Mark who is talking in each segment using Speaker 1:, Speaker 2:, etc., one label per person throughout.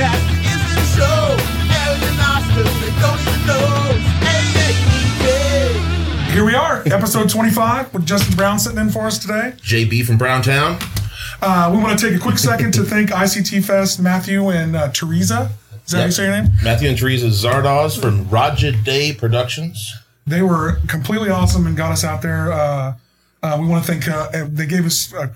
Speaker 1: E
Speaker 2: Here we are, episode 25 with Justin Brown sitting in for us today.
Speaker 3: JB from Browntown.
Speaker 2: Uh, we want to take a quick second to thank ICT Fest, Matthew and uh, Teresa. Is that how you say your name?
Speaker 3: Matthew and Teresa Zardoz from Roger Day Productions.
Speaker 2: They were completely awesome and got us out there. Uh, uh, we want to thank. Uh, they gave us uh,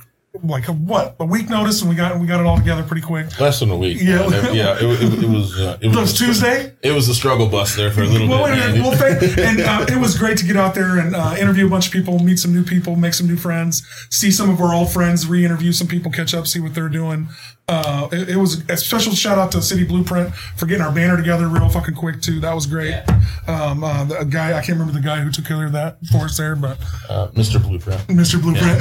Speaker 2: like a, what a week notice, and we got we got it all together pretty quick.
Speaker 3: Less than a week.
Speaker 2: Yeah.
Speaker 3: man. It- yeah. It, wa- it, wa- it was. Uh, it was,
Speaker 2: It was Tuesday.
Speaker 3: It was a struggle bus there for a little
Speaker 2: Well, wait
Speaker 3: bit.
Speaker 2: a minute. Well,
Speaker 3: man.
Speaker 2: thank, and uh, it was great to get out there and uh, interview a bunch of people, meet some new people, make some new friends, see some of our old friends, re-interview some people, catch up, see what they're doing. Uh, it, it was a special shout out to City Blueprint for getting our banner together real fucking quick too. That was great. Um, uh, the a guy I can't remember the guy who took care of that for us there, but
Speaker 3: Uh, Mr. Blueprint.
Speaker 2: Mr. Blueprint.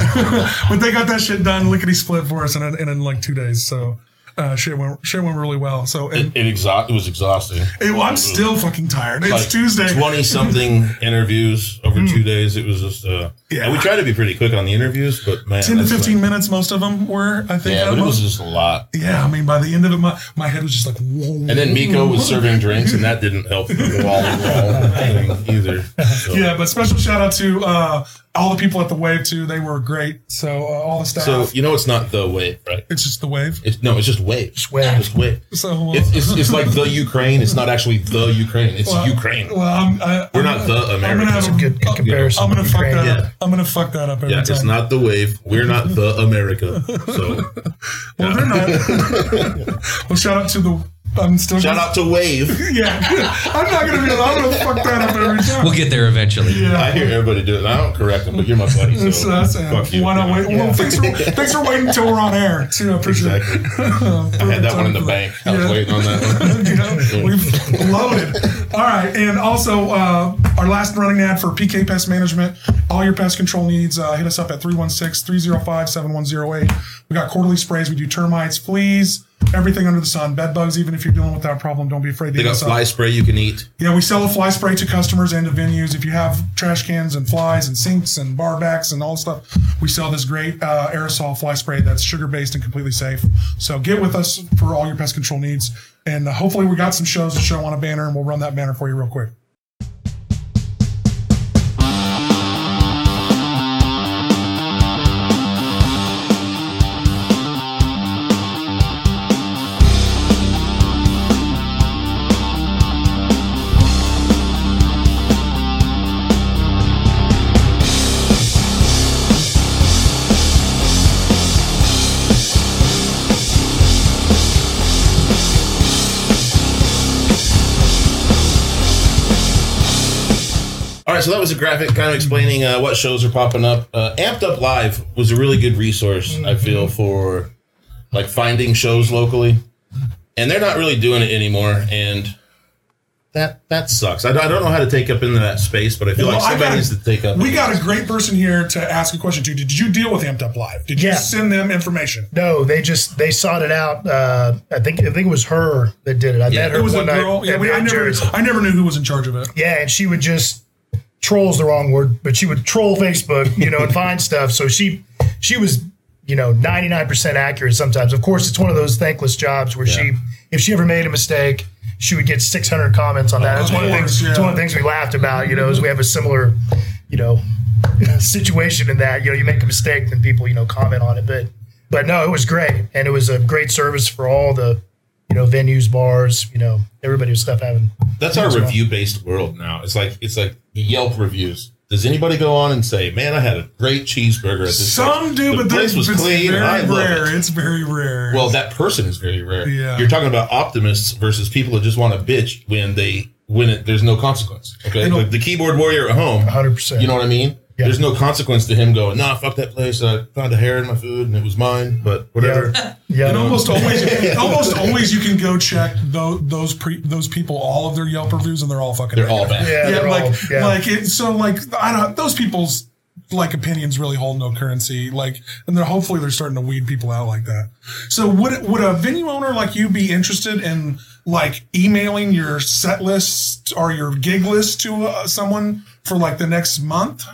Speaker 2: but they got that shit done lickety split for us in, in, in like two days. So uh, shit went shit went really well. So and,
Speaker 3: It, exha- it was exhausting.
Speaker 2: it- I'm still fucking tired. It's Tuesday. Hmm.
Speaker 3: 20 something interviews over two days. It was just. Uh,
Speaker 2: Yeah.
Speaker 3: yeah. We tried to be pretty quick on the interviews, but man.
Speaker 2: 10 to
Speaker 3: that's
Speaker 2: 15
Speaker 3: like-
Speaker 2: minutes most of them were i think
Speaker 3: yeah,
Speaker 2: at
Speaker 3: but it was
Speaker 2: most.
Speaker 3: just a lot.
Speaker 2: yeah i mean by the end of it my, my head was just like whoa
Speaker 3: And then Miko was serving drinks, and that didn't help the wall thing either. So-
Speaker 2: yeah but special shout out to uh all the people at the wave too they were great so uh, all the staff
Speaker 3: So you know it's not the wave, right?
Speaker 2: it's just the wave
Speaker 3: It's, no, it's just wave. Just
Speaker 2: wave.
Speaker 3: Just wave.
Speaker 2: so uh,
Speaker 3: It's, it's, it's like the Ukraine. It's not actually the Ukraine. It's
Speaker 2: well,
Speaker 3: Ukraine.
Speaker 2: well i'm I,
Speaker 3: We're
Speaker 2: I'm gonna-
Speaker 3: not the
Speaker 2: i'm gonna
Speaker 3: Americans.
Speaker 2: have
Speaker 3: It's a
Speaker 4: good
Speaker 2: I'm-
Speaker 4: comparison
Speaker 2: i'm gonna
Speaker 4: to
Speaker 2: fuck
Speaker 4: Ukraine.
Speaker 2: that
Speaker 3: Yeah.
Speaker 2: up i'm gonna fuck that up every
Speaker 3: Yeah,
Speaker 2: time
Speaker 3: it's not the wave. We're not the America. So
Speaker 2: well they're not well shout out to the i'm still
Speaker 3: shout out to Wave.
Speaker 2: yeah i'm not gonna be i'm gonna fuck that up every time
Speaker 5: We'll get there eventually.
Speaker 2: yeah.
Speaker 3: I hear everybody do it. and I don't correct them, but you're my buddy. So,
Speaker 2: So that's it.
Speaker 3: fuck you.
Speaker 2: Why not wait? Well, thanks for thanks for waiting until we're on air too. I appreciate Uh,
Speaker 3: Exactly.
Speaker 2: it.
Speaker 3: I had that one in the bank. I was
Speaker 2: Yeah.
Speaker 3: waiting on that one.
Speaker 2: You know, we've loaded. All right, and also uh, our last running ad for PK Pest Management. All your pest control needs, uh, hit us up at 316-305-7108. We got quarterly sprays. We do termites, fleas, everything under the sun, bed bugs. Even if you're dealing with that problem, don't be afraid to
Speaker 3: They
Speaker 2: hit
Speaker 3: got
Speaker 2: us up.
Speaker 3: fly spray you can eat.
Speaker 2: Yeah, we sell a fly spray to customers and to venues. If you have trash cans and flies and sinks and bar backs and all stuff, we sell this great uh, aerosol fly spray that's sugar based and completely safe. So get with us for all your pest control needs. And uh, hopefully, we got some shows to show on a banner, and we'll run that banner for you real quick.
Speaker 3: All right, so that was a graphic kind of explaining uh, what shows are popping up. Uh, Amped Up Live was a really good resource, I
Speaker 2: Mm-hmm.
Speaker 3: feel, for like finding shows locally, and they're not really doing it anymore, and that that sucks. I, I don't know how to take up into that space, but I feel
Speaker 2: Well,
Speaker 3: like
Speaker 2: I
Speaker 3: somebody
Speaker 2: got-
Speaker 3: needs to take up.
Speaker 2: We got a great person here to ask a question to. Did you deal with Amped Up Live? Did you
Speaker 4: Yeah.
Speaker 2: send them information?
Speaker 4: No, they just they sought it out. Uh, I think I think it was her that did it. I met her
Speaker 2: It was
Speaker 4: one
Speaker 2: a
Speaker 4: night.
Speaker 2: girl. Yeah,
Speaker 4: at
Speaker 2: we, I
Speaker 4: Mount
Speaker 2: never,
Speaker 4: Jerry's.
Speaker 2: I never knew who was in charge of it.
Speaker 4: Yeah, and she would just trolls the wrong word, but she would troll Facebook, you know, and find stuff. So she she was you know ninety nine percent accurate. Sometimes, of course, it's one of those thankless jobs where she if she ever made a mistake. She would get 600 comments on that. That's one of the
Speaker 2: course,
Speaker 4: things. It's
Speaker 2: yeah. Mm-hmm.
Speaker 4: one of the things we laughed about. You know, is we have a similar, you know, situation in that. You know, you make a mistake, then people, you know, comment on it. But, but no, it was great, and it was a great service for all the, you know, venues, bars, you know, everybody was stuff having
Speaker 3: That's our review based world now. It's like it's like Yelp reviews. Does anybody go on and say, "Man, I had a great cheeseburger at this"?
Speaker 2: Some
Speaker 3: place.
Speaker 2: do,
Speaker 3: the
Speaker 2: but
Speaker 3: place
Speaker 2: this
Speaker 3: was
Speaker 2: it's
Speaker 3: clean. and I
Speaker 2: very
Speaker 3: loved it."
Speaker 2: rare. It's very rare.
Speaker 3: Well, that person is very rare.
Speaker 2: Yeah.
Speaker 3: You're talking about optimists versus people that just want to bitch when they when it, there's no consequence. Okay,
Speaker 2: know-
Speaker 3: like the keyboard warrior at home.
Speaker 4: 100%.
Speaker 3: You know what I mean? There's no consequence to him going, nah, fuck that place. I found a hair in my food and it was mine, but whatever.
Speaker 4: Yeah.
Speaker 2: And almost always, almost always, you can go check tho- those pre- those people all of their Yelp reviews, and they're all fucking.
Speaker 3: They're all bad.
Speaker 4: Yeah,
Speaker 2: Yeah,
Speaker 4: they're
Speaker 2: like
Speaker 4: all- yeah.
Speaker 2: like it, so like I don't those people's like opinions really hold no currency. Like, and they're hopefully they're starting to weed people out like that. So would would a venue owner like you be interested in like emailing your set list or your gig list to uh, someone for like the next month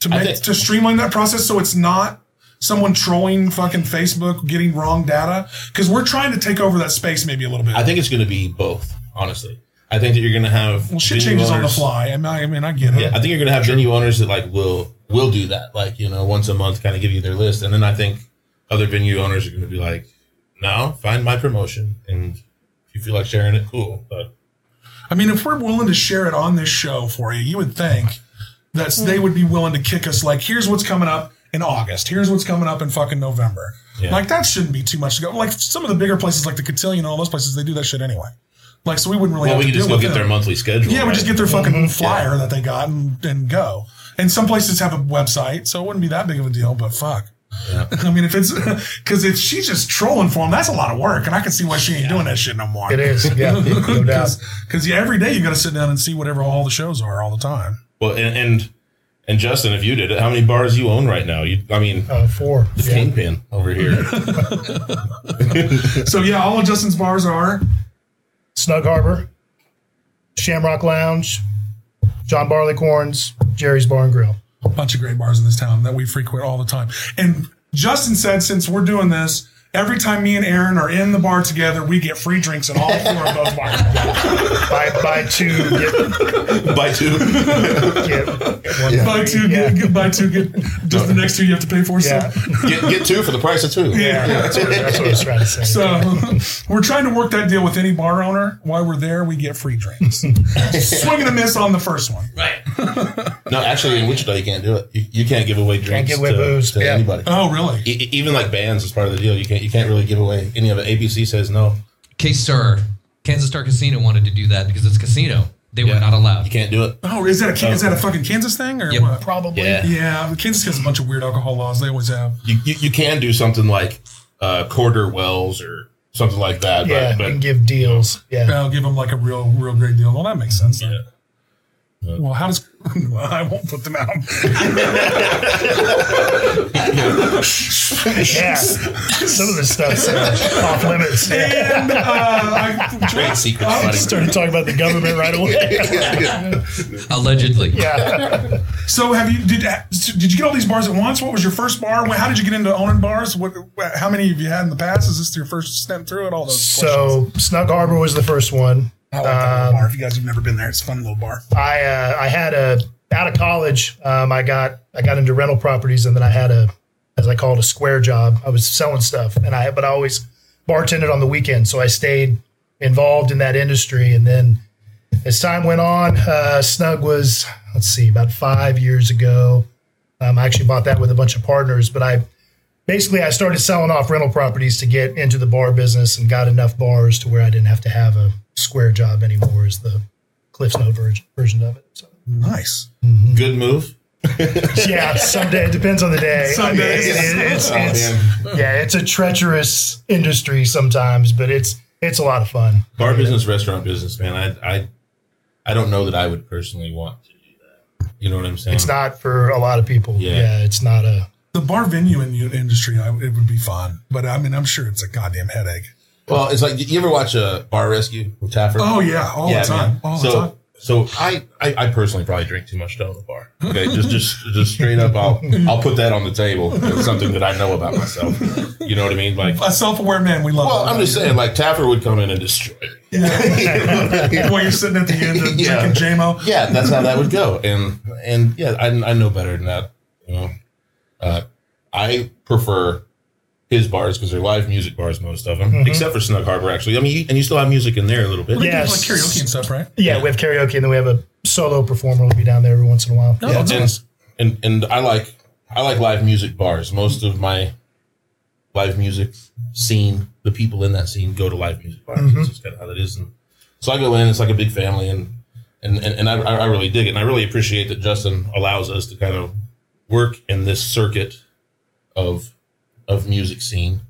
Speaker 2: to make
Speaker 3: think-
Speaker 2: to streamline that process so it's not someone trolling fucking Facebook getting wrong data because we're trying to take over that space maybe a little bit.
Speaker 3: I think it's going to be both, honestly. I think that you're gonna have
Speaker 2: Well, shit
Speaker 3: venue
Speaker 2: changes on the
Speaker 3: owners-
Speaker 2: fly. I mean, I, I mean, I get it.
Speaker 3: Yeah, I think you're gonna have venue owners that like will will do that, like you know, once a month, kind of give you their list, and then I think other venue owners are gonna be like, "No, find my promotion, and if you feel like sharing it, cool." But
Speaker 2: I mean, if we're willing to share it on this show for you, you would think that they would be willing to kick us like, here's what's coming up in August. Here's what's coming up in fucking November.
Speaker 3: Yeah.
Speaker 2: Like that shouldn't be too much to go. Like some of the bigger places, like the Cotillion and all those places, they do that shit anyway. Like so, we wouldn't really.
Speaker 3: well,
Speaker 2: have to
Speaker 3: we can just
Speaker 2: deal
Speaker 3: go
Speaker 2: with
Speaker 3: get
Speaker 2: them.
Speaker 3: their monthly schedule.
Speaker 2: Yeah, we
Speaker 3: right?
Speaker 2: just get their fucking flyer that they got and, and go. And some places have a website, so it wouldn't be that big of a deal, but fuck. I mean, if it's because if she's just trolling for them, that's a lot of work, and I can see why she ain't doing that shit no more.
Speaker 4: It is, yeah, no doubt.
Speaker 2: Because yeah, every day you got to sit down and see whatever all the shows are all the time.
Speaker 3: Well, and, and and Justin, if you did it, how many bars you own right now? You, I
Speaker 2: Oh,
Speaker 3: mean,
Speaker 4: Uh, four.
Speaker 3: the
Speaker 4: Yeah.
Speaker 3: kingpin over here.
Speaker 2: So yeah, all of Justin's bars are.
Speaker 4: Snug Harbor, Shamrock Lounge, John Barleycorn's, Jerry's Bar and Grill.
Speaker 2: a bunch of great bars in this town that we frequent all the time. And Justin said, since we're doing this, every time me and Aaron are in the bar together, we get free drinks at all four of those bars.
Speaker 4: Buy, buy two, get,
Speaker 3: By two,
Speaker 4: get one.
Speaker 5: Yeah.
Speaker 2: buy two,
Speaker 4: Yeah.
Speaker 2: get, get- buy two, get just the next two you have to pay for. So,
Speaker 4: Yeah.
Speaker 3: get, get two for the price of two.
Speaker 2: Yeah.
Speaker 4: That's what, that's what I was trying to say.
Speaker 2: so we're trying to work that deal with any bar owner. While we're there, we get free drinks. Swing and a miss on the first one.
Speaker 3: Right. no, actually, in Wichita, you can't do it. You, you can't give away drinks
Speaker 4: give away
Speaker 3: to,
Speaker 4: booze,
Speaker 3: to
Speaker 4: yeah.
Speaker 3: anybody.
Speaker 2: Oh, really?
Speaker 3: E- e- even like bands is part of the deal. You can't you can't really give away any of it. ABC says no.
Speaker 6: K Star, Kansas Star Casino wanted to do that because it's a casino. They were not
Speaker 3: You
Speaker 6: allowed.
Speaker 3: can't do it.
Speaker 2: Oh, is that a Kan- is that a fucking Kansas thing or
Speaker 6: Yep.
Speaker 2: what?
Speaker 4: Probably.
Speaker 3: Yeah.
Speaker 2: Yeah, Kansas has a bunch of weird alcohol laws. They always have.
Speaker 3: You, you, you can do something like uh, quarter wells or something like that.
Speaker 4: Yeah,
Speaker 3: but,
Speaker 4: and give deals. Yeah.
Speaker 2: I'll give them like a real, real great deal. Well, that makes sense. then. Well, how does well, I won't put them out.
Speaker 4: Yeah. Some of this stuff's off limits. Yeah.
Speaker 2: And, uh, I,
Speaker 3: trade secrets. buddy.
Speaker 4: Started talking about the government right away.
Speaker 6: Allegedly.
Speaker 4: Yeah.
Speaker 2: so have you did did you get all these bars at once? What was your first bar? How did you get into owning bars? What how many have you had in the past? Is this your first step through it? All those questions?
Speaker 4: So Snug Harbor was the first one.
Speaker 3: um,
Speaker 2: I
Speaker 4: Uh,
Speaker 2: like that little bar. If you guys have never been there, it's a fun little bar.
Speaker 4: I uh, I had a out of college. Um, I got I got into rental properties, and then I had a as I call it a square job. I was selling stuff, and I but I always bartended on the weekends, so I stayed involved in that industry. And then as time went on, uh, Snug was let's see about five years ago. Um, I actually bought that with a bunch of partners, but I basically I started selling off rental properties to get into the bar business and got enough bars to where I didn't have to have a square job anymore. Is the Cliff's Note version, version of it. So,
Speaker 2: Nice.
Speaker 3: Good move.
Speaker 4: yeah, someday it depends on the day.
Speaker 2: Some days.
Speaker 4: It- it- it's, it's-
Speaker 3: Oh, man.
Speaker 4: yeah, it's a treacherous industry sometimes, but it's it's a lot of fun.
Speaker 3: Bar business, restaurant business, man. I I I don't know that I would personally want to do that. You know what I'm saying?
Speaker 4: It's not for a lot of people.
Speaker 3: Yeah.
Speaker 4: Yeah, it's not a.
Speaker 2: The bar venue in the industry, I, it would be fun, but I mean, I'm sure it's a goddamn headache.
Speaker 3: Well, it's like you ever watch a Bar Rescue with Taffer?
Speaker 2: Oh yeah, all the time,
Speaker 3: man.
Speaker 2: all
Speaker 3: so,
Speaker 2: the time.
Speaker 3: So I, I, I personally probably drink too much down the bar. Okay, just just just straight up, I'll I'll put that on the table. It's something that I know about myself. You know what I mean? Like,
Speaker 2: A self-aware man, we love.
Speaker 3: well,
Speaker 2: that.
Speaker 3: I'm just saying, like Taffer would come in and destroy. me.
Speaker 2: While you're sitting at the end and
Speaker 3: Yeah.
Speaker 2: drinking JMO.
Speaker 3: Yeah, that's how that would go. And and yeah, I, I know better than that. You know, uh, I prefer his bars because they're live music bars, most of them,
Speaker 2: Mm-hmm.
Speaker 3: except for Snug Harbor. Actually, I mean, you, and you still have music in there a little bit.
Speaker 2: They do,
Speaker 4: Yes.
Speaker 2: Like karaoke and stuff, right?
Speaker 4: Yeah, we have karaoke, and then we have a solo performer will be down there every once in a while.
Speaker 2: Oh,
Speaker 3: Yeah,
Speaker 2: nice.
Speaker 3: and, and and I like I like live music bars. Most of my live music scene, the people in that scene go to live music bars. It's just kind of how that is. And so I go in, it's like a big family, and and and, and I, I really dig it, and I really appreciate that Justin allows us to kind of work in this circuit of of music scene,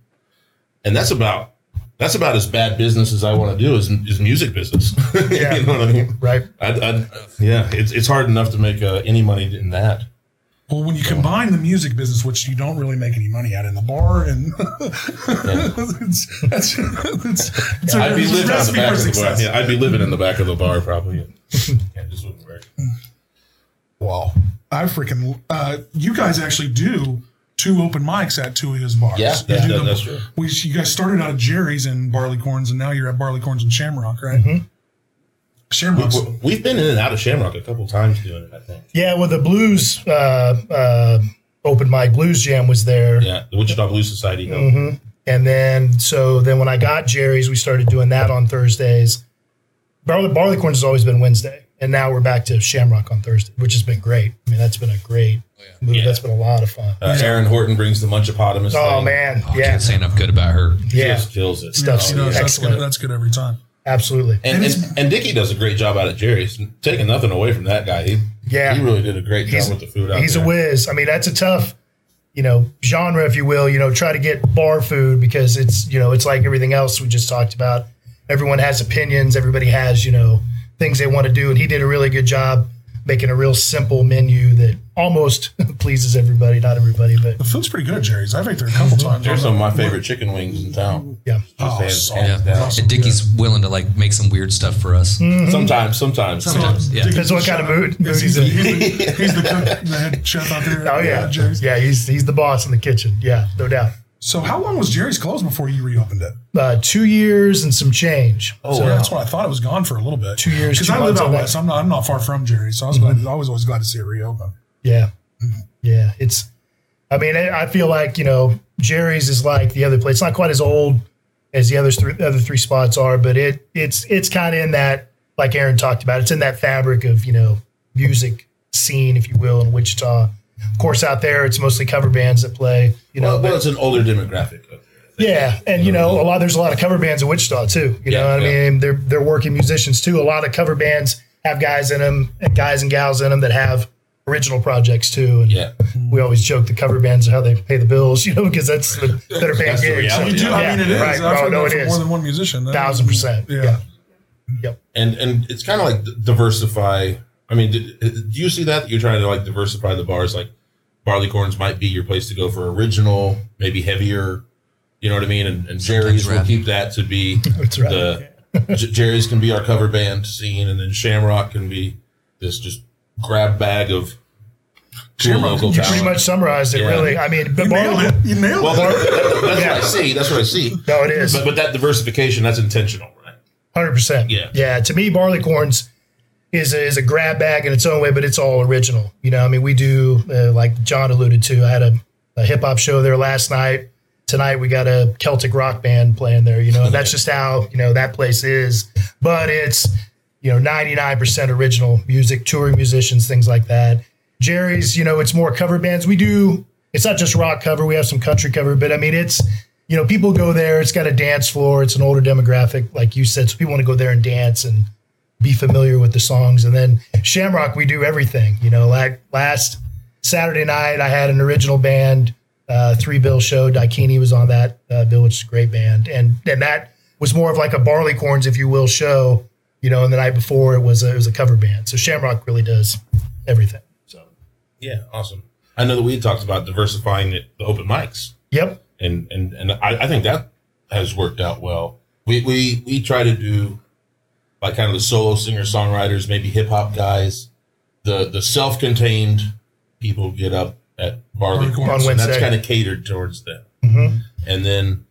Speaker 3: and that's about. That's about as bad business as I want to do is, is music business.
Speaker 4: Yeah.
Speaker 3: you know what I mean?
Speaker 4: Right.
Speaker 3: I'd, I'd, yeah, it's, it's hard enough to make uh, any money in that.
Speaker 2: Well, when you combine the music business, which you don't really make any money at in the bar, and it's, that's, it's, it's a
Speaker 3: I'd be living on the
Speaker 2: recipe for
Speaker 3: back of the bar.
Speaker 2: success.
Speaker 3: Yeah, I'd be living in the back of the bar probably. yeah, it just wouldn't work.
Speaker 2: Wow, I freaking uh, you guys actually do two open mics at two of his bars.
Speaker 3: Yeah,
Speaker 2: You
Speaker 3: that-
Speaker 2: do
Speaker 3: that-
Speaker 2: the-
Speaker 3: that's true.
Speaker 2: We,
Speaker 3: Mm-hmm.
Speaker 2: you guys started out at Jerry's and Barleycorns, and now you're at Barleycorns and Shamrock, right? Shamrocks.
Speaker 3: W- We've been in and out of Shamrock a couple times doing it, I think.
Speaker 4: Yeah, well, the blues uh, uh, open mic blues jam was there,
Speaker 3: Yeah, the Wichita Blue Society.
Speaker 4: Mm-hmm. and then so then when I got Jerry's, we started doing that on Thursdays. Barley Barleycorn has always been Wednesday, and now we're back to Shamrock on Thursday, which has been great. I mean, that's been a great
Speaker 6: Oh,
Speaker 4: move.
Speaker 3: Yeah.
Speaker 4: That's been a lot of fun.
Speaker 3: Uh, Aaron Horton brings the Munchapotamus.
Speaker 4: oh
Speaker 3: thing.
Speaker 4: man,
Speaker 6: Oh, I
Speaker 4: yeah,
Speaker 6: can't say enough good about her.
Speaker 4: yeah,
Speaker 3: Just kills it. Um,
Speaker 4: Stuff.
Speaker 2: She does. That's
Speaker 4: Excellent.
Speaker 2: good. That's good every time.
Speaker 4: absolutely.
Speaker 3: And, and, and Dickie does a great job out at Jerry's. Taking nothing away from that guy. He,
Speaker 4: Yeah.
Speaker 3: he really did a great job
Speaker 4: He's-
Speaker 3: with the food out
Speaker 4: He's
Speaker 3: there.
Speaker 4: a whiz. I mean, that's a tough, you know, genre, if you will. You know, try to get bar food because it's, you know, it's like everything else we just talked about. Everyone has opinions. Everybody has, you know, things they want to do, and he did a really good job making a real simple menu that almost pleases everybody. Not everybody, but
Speaker 2: The food's pretty good at Jerry's. I've ate there a couple times.
Speaker 3: They're Mm-hmm. some of my favorite chicken wings in town.
Speaker 4: yeah,
Speaker 2: Oh,
Speaker 3: Just
Speaker 2: so-
Speaker 3: hands- hands down.
Speaker 2: awesome.
Speaker 6: And Dickie's willing to like make some weird stuff for us.
Speaker 3: Mm-hmm. Sometimes, sometimes.
Speaker 6: Sometimes, yeah.
Speaker 4: depends what kind of mood.
Speaker 2: Yeah, he's, the, he's, the, he's the cook, the head chef out there.
Speaker 4: Oh
Speaker 2: at
Speaker 4: yeah,
Speaker 2: Jerry's.
Speaker 4: yeah. He's he's the boss in the kitchen. Yeah, no doubt.
Speaker 2: So how long was Jerry's closed before you reopened it?
Speaker 4: Uh, two years and some change.
Speaker 2: Oh, so that's what I thought it was gone for a little bit.
Speaker 4: Two years,
Speaker 2: Because
Speaker 4: two
Speaker 2: I live
Speaker 4: months, Mm-hmm.
Speaker 2: out
Speaker 4: I bet.
Speaker 2: west. I'm not. I'm not far from Jerry, so I was glad. I was always glad to see it reopen.
Speaker 4: Yeah. Yeah. It's, I mean, I I feel like, you know, Jerry's is like the other place. It's not quite as old as the others, three, other three spots are, but it, it's, it's kind of in that, like Aaron talked about, it's in that fabric of, you know, music scene, if you will, in Wichita. Of course, out there, it's mostly cover bands that play, you know,
Speaker 3: Well,
Speaker 4: but-
Speaker 3: well, it's an older demographic.
Speaker 4: yeah, and you know, a lot there's a lot of cover bands in Wichita too. You
Speaker 3: Yeah,
Speaker 4: know, what
Speaker 3: yeah.
Speaker 4: I mean, they're they're working musicians too. A lot of cover bands have guys in them, and guys and gals in them that have original projects too. And
Speaker 3: Yeah.
Speaker 4: we always joke the cover bands are how they pay the bills, you know, because that's the better paying
Speaker 3: That's the
Speaker 4: gigs.
Speaker 3: reality.
Speaker 2: You do. I
Speaker 4: Yeah,
Speaker 2: mean, it is.
Speaker 4: Right,
Speaker 2: I've
Speaker 4: bro,
Speaker 2: heard
Speaker 4: no,
Speaker 2: that
Speaker 4: it
Speaker 2: from
Speaker 4: is.
Speaker 2: more than one musician. That-
Speaker 4: Thousand percent.
Speaker 2: Yeah.
Speaker 4: Yeah. Yep.
Speaker 3: And and it's kind of like d- diversify. I mean, do, do you see that? that You're trying to like diversify the bars. Like Barleycorns might be your place to go for original, maybe heavier. You know what I mean? And, and Jerry's will
Speaker 6: rap.
Speaker 3: keep that to be
Speaker 4: That's right.
Speaker 3: the J- Jerry's can be our cover band scene, and then Shamrock can be this just grab bag of cool
Speaker 2: Shamrock,
Speaker 3: local
Speaker 2: you
Speaker 4: Pretty
Speaker 3: talent.
Speaker 4: much summarized it
Speaker 3: Yeah.
Speaker 4: really. I mean, but
Speaker 2: You nailed it.
Speaker 4: Barley-
Speaker 2: You nailed
Speaker 3: well,
Speaker 2: it.
Speaker 3: that- that's
Speaker 4: Yeah.
Speaker 3: what I see. That's what I see.
Speaker 4: no, it is.
Speaker 3: But but that diversification, that's intentional, right?
Speaker 4: Hundred percent.
Speaker 3: Yeah.
Speaker 4: Yeah. To me, Barleycorns is a, is a grab bag in its own way, but it's all original. You know, I mean, we do uh, like John alluded to. I had a, a hip hop show there last night. Tonight we got a Celtic rock band playing there. You know, and that's just how you know that place is. But it's you know ninety nine percent original music, touring musicians, things like that. Jerry's, you know, it's more cover bands. We do. It's not just rock cover. We have some country cover, but I mean, it's you know, people go there. It's got a dance floor. It's an older demographic, like you said. So people want to go there and dance and be familiar with the songs. And then Shamrock, we do everything. You know, like last Saturday night, I had an original band, uh, three bill show. Daikini was on that uh, bill, which is a great band, and and that was more of like a Barleycorns, if you will, show. You know, and the night before it was a, it was a cover band. So Shamrock really does everything. So
Speaker 3: Yeah, awesome. I know that we had talked about diversifying it, the open mics,
Speaker 4: yep,
Speaker 3: and and and I, I think that has worked out well. We we we try to do like kind of the solo singer songwriters, maybe hip hop guys, the the self contained people get up at Barley
Speaker 2: Barleycorns.
Speaker 3: Corns,
Speaker 4: On
Speaker 3: and that's
Speaker 4: Wednesday. Mm-hmm.
Speaker 3: kind of catered towards them. And then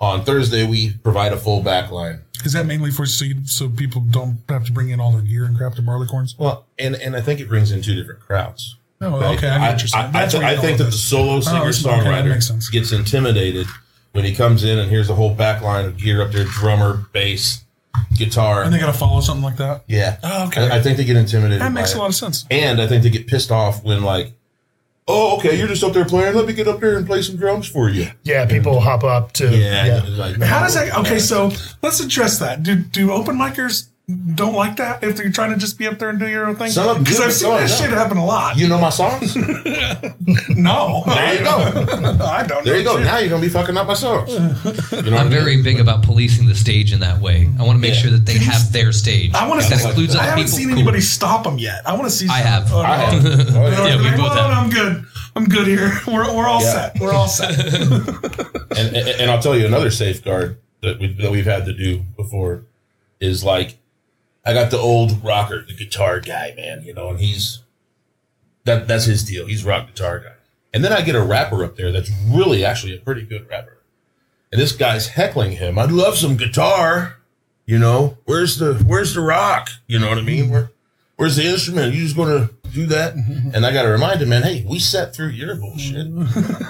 Speaker 3: on Thursday we provide a full back line.
Speaker 2: Is that mainly for so, you, so people don't have to bring in all their gear and crap to Barleycorns?
Speaker 3: Well, and and I think it brings in two different crowds.
Speaker 2: Oh,
Speaker 3: Right.
Speaker 2: okay. I,
Speaker 3: I,
Speaker 2: get what you're saying.
Speaker 3: I-
Speaker 2: That's
Speaker 3: I-
Speaker 2: where
Speaker 3: I
Speaker 2: you
Speaker 3: think
Speaker 2: go
Speaker 3: that
Speaker 2: with
Speaker 3: the solo singer
Speaker 2: this- okay, that makes
Speaker 3: songwriter
Speaker 2: sense.
Speaker 3: gets intimidated when he comes in and hears a whole back line of gear up there drummer, bass, guitar.
Speaker 2: And they got to follow something like that.
Speaker 3: yeah.
Speaker 2: Oh, okay.
Speaker 3: I, I think they get intimidated.
Speaker 2: That
Speaker 3: by
Speaker 2: makes
Speaker 3: it.
Speaker 2: a lot of sense.
Speaker 3: And I think they get pissed off when, like, oh, okay, you're just up there playing. Let me get up there and play some drums for you.
Speaker 4: yeah, people hop up to
Speaker 3: it's like,
Speaker 2: How does that? Okay,
Speaker 3: yeah.
Speaker 2: so let's address that. Do do open micers don't like that if they're trying to just be up there and do your own thing?
Speaker 3: Some of them
Speaker 2: Because
Speaker 3: do,
Speaker 2: I've
Speaker 3: some
Speaker 2: seen that
Speaker 3: of them
Speaker 2: shit
Speaker 3: don't.
Speaker 2: happen a lot.
Speaker 3: You know my songs?
Speaker 2: no,
Speaker 3: There you go.
Speaker 2: I don't.
Speaker 3: There you
Speaker 2: know
Speaker 3: go.
Speaker 2: shit.
Speaker 3: Now you're going to be fucking up my songs. You know what I
Speaker 6: I'm
Speaker 3: mean?
Speaker 6: very big about policing the stage in that way. I want to make
Speaker 3: Yeah.
Speaker 6: sure that they have their stage.
Speaker 2: I want
Speaker 6: If
Speaker 2: to.
Speaker 6: that includes
Speaker 2: I
Speaker 6: other
Speaker 2: haven't
Speaker 6: people,
Speaker 2: seen
Speaker 6: cool.
Speaker 2: anybody stop them yet. I want to see.
Speaker 6: I
Speaker 2: some-
Speaker 6: have.
Speaker 2: Oh,
Speaker 3: I
Speaker 2: no.
Speaker 3: have. Oh, yeah.
Speaker 6: Yeah, we both
Speaker 2: Well,
Speaker 6: have.
Speaker 2: I'm good. I'm good here. We're, we're all
Speaker 3: Yeah.
Speaker 2: set. We're all set.
Speaker 3: and, and, and I'll tell you another safeguard that, we, that we've had to do before is like, I got the old rocker, the guitar guy, man, you know, and he's that that's his deal. He's rock guitar guy. And then I get a rapper up there that's really actually a pretty good rapper. And this guy's heckling him. I'd love some guitar. You know, where's the where's the rock? You know what I mean? Where, where's the instrument? You just gonna do that? And I got to remind him, man. Hey, we sat through your bullshit.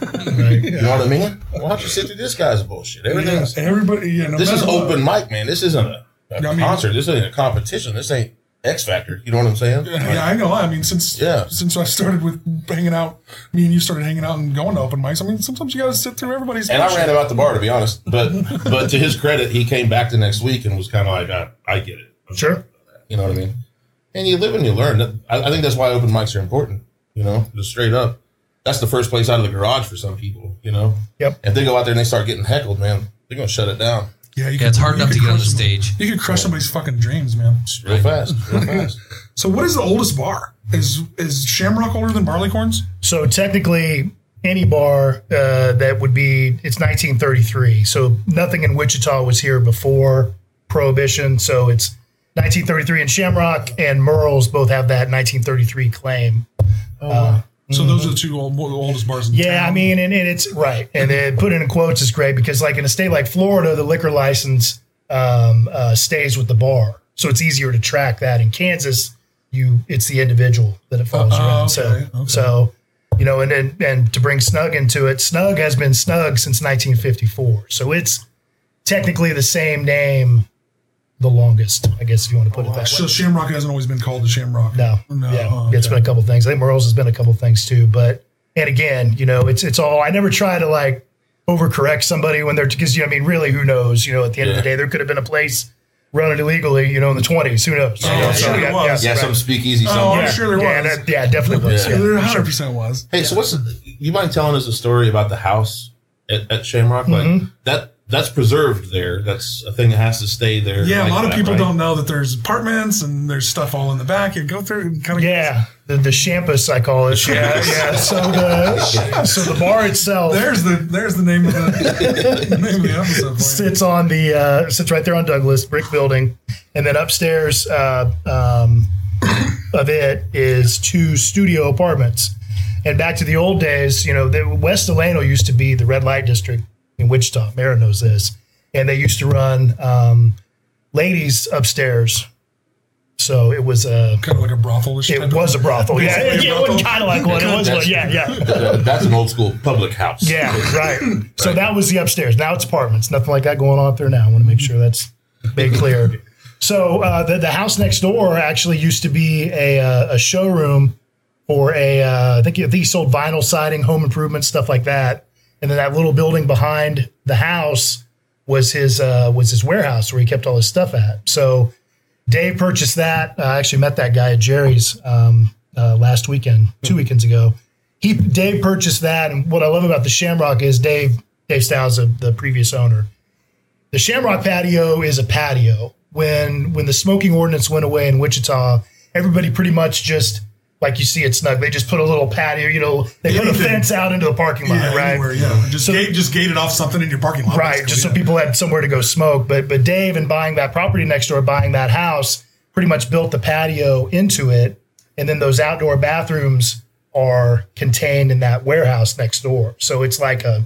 Speaker 3: You know what I mean? Why don't you sit through this guy's bullshit?
Speaker 2: Yeah,
Speaker 3: Everything's
Speaker 2: everybody. Yeah, no
Speaker 3: this is
Speaker 2: matter what.
Speaker 3: open mic, man. This isn't a, a
Speaker 2: Yeah, I mean-
Speaker 3: concert. This ain't a competition. This ain't X Factor. You know what I'm saying?
Speaker 2: Yeah, I know. I mean, since
Speaker 3: Yeah.
Speaker 2: since I started with hanging out, me and you started hanging out and going to open mics. I mean, sometimes you got to sit through everybody's.
Speaker 3: And I
Speaker 2: bullshit.
Speaker 3: ran him out the bar to be honest, but but to his credit, he came back the next week and was kind of like, I, I get it.
Speaker 4: Sure.
Speaker 3: You know what I mean? And you live and you learn. I, I think that's why open mics are important. You know, just straight up. That's the first place out of the garage for some people. You know.
Speaker 4: Yep.
Speaker 3: If they go out there and they start getting heckled, man, they're gonna shut it down
Speaker 2: Yeah, you
Speaker 6: Yeah, it's
Speaker 2: could-
Speaker 6: hard
Speaker 2: you
Speaker 6: enough
Speaker 2: could
Speaker 6: to get on the
Speaker 2: crush somebody-
Speaker 6: stage.
Speaker 2: You could crush somebody's fucking dreams, man.
Speaker 3: real fast, real fast.
Speaker 2: So, what is the oldest bar? Is is Shamrock older than Barleycorns?
Speaker 4: So technically, any bar uh, that would be it's 1933. So nothing in Wichita was here before Prohibition. So it's 1933, and Shamrock and Merle's both have that 1933 claim.
Speaker 2: So those are the two old, the oldest bars. in
Speaker 4: Mm-hmm. Yeah,
Speaker 2: town.
Speaker 4: I mean, and, and it's right. And then put it in quotes is great because, like in a state like Florida, the liquor license um, uh, stays with the bar, so it's easier to track that. In Kansas, you it's the individual that it follows
Speaker 2: Oh,
Speaker 4: around.
Speaker 2: okay,
Speaker 4: so,
Speaker 2: okay.
Speaker 4: so you know, and, and and to bring Snug into it, Snug has been Snug since 1954, so it's technically the same name the longest, I guess, if you want to put it that way.
Speaker 2: so Shamrock hasn't always been called the Shamrock.
Speaker 4: No,
Speaker 2: no,
Speaker 4: yeah,
Speaker 2: oh,
Speaker 4: it's
Speaker 2: okay.
Speaker 4: been a couple things. I think Merle's has been a couple things too. But and again, you know, it's it's all. I never try to like overcorrect somebody when they're because you know, I mean, really, who knows? You know, at the end of the
Speaker 3: Yeah.
Speaker 4: day, there could have been a place running illegally, you know, in the twenties. Who knows? You know,
Speaker 2: I'm Oh, sure
Speaker 4: so,
Speaker 2: there was.
Speaker 3: Yeah,
Speaker 4: right.
Speaker 3: some speakeasy.
Speaker 2: Oh,
Speaker 3: somewhere.
Speaker 2: I'm sure there
Speaker 4: yeah,
Speaker 2: was.
Speaker 4: that- yeah, definitely was.
Speaker 3: Yeah.
Speaker 4: Yeah.
Speaker 2: there 100 percent was.
Speaker 3: Hey, so what's the, you mind telling us a story about the house at, at Shamrock?
Speaker 2: Mm-hmm.
Speaker 3: Like that that's preserved there. That's a thing that has to stay there.
Speaker 2: Yeah,
Speaker 3: like
Speaker 2: a lot of
Speaker 3: that,
Speaker 2: people
Speaker 3: right?
Speaker 2: don't know that there's apartments and there's stuff all in the back. You go through and kind of
Speaker 4: Yeah, the, the shampus I call it. Yeah, yeah. So the so the bar itself
Speaker 2: There's the there's the name of the name of the episode. for you.
Speaker 4: sits on the uh, sits right there on Douglas brick building, and then upstairs uh, um, of it is two studio apartments. And back to the old days, you know, the, West Delano used to be the red light district in Wichita. Mara knows this, and they used to run um, ladies upstairs. So it was a
Speaker 2: Kind of like a brothel.
Speaker 4: it was a brothel. Yeah,
Speaker 2: Basically a
Speaker 4: yeah, it
Speaker 2: brothel.
Speaker 4: was kind of like one. It was one.
Speaker 3: That's-
Speaker 4: Yeah, yeah.
Speaker 3: Uh, that's an old school public house.
Speaker 4: Yeah, right. So that was the upstairs. Now it's apartments. Nothing like that going on up there now. I want to make sure that's made clear. So uh, the, the house next door actually used to be a, uh, a showroom for a, uh, I think he sold vinyl siding, home improvement, stuff like that. And then that little building behind the house was his uh, was his warehouse where he kept all his stuff at. So Dave purchased that. I actually met that guy at Jerry's um, uh, last weekend, two weekends ago. He Dave purchased that, and what I love about the Shamrock is Dave Dave Styles, the, the previous owner. The Shamrock patio is a patio. When when the smoking ordinance went away in Wichita, everybody pretty much just like you see it snug. They just put a little patio, you know, they put a
Speaker 2: Anything.
Speaker 4: fence out into the parking lot,
Speaker 2: yeah,
Speaker 4: right?
Speaker 2: anywhere, yeah. Just
Speaker 4: So-
Speaker 2: gate, just gated off something in your parking lot.
Speaker 4: Right,
Speaker 2: basically,
Speaker 4: just so
Speaker 2: yeah.
Speaker 4: people had somewhere to go smoke. But but Dave and buying that property next door, buying that house, pretty much built the patio into it, and then those outdoor bathrooms are contained in that warehouse next door. So it's like a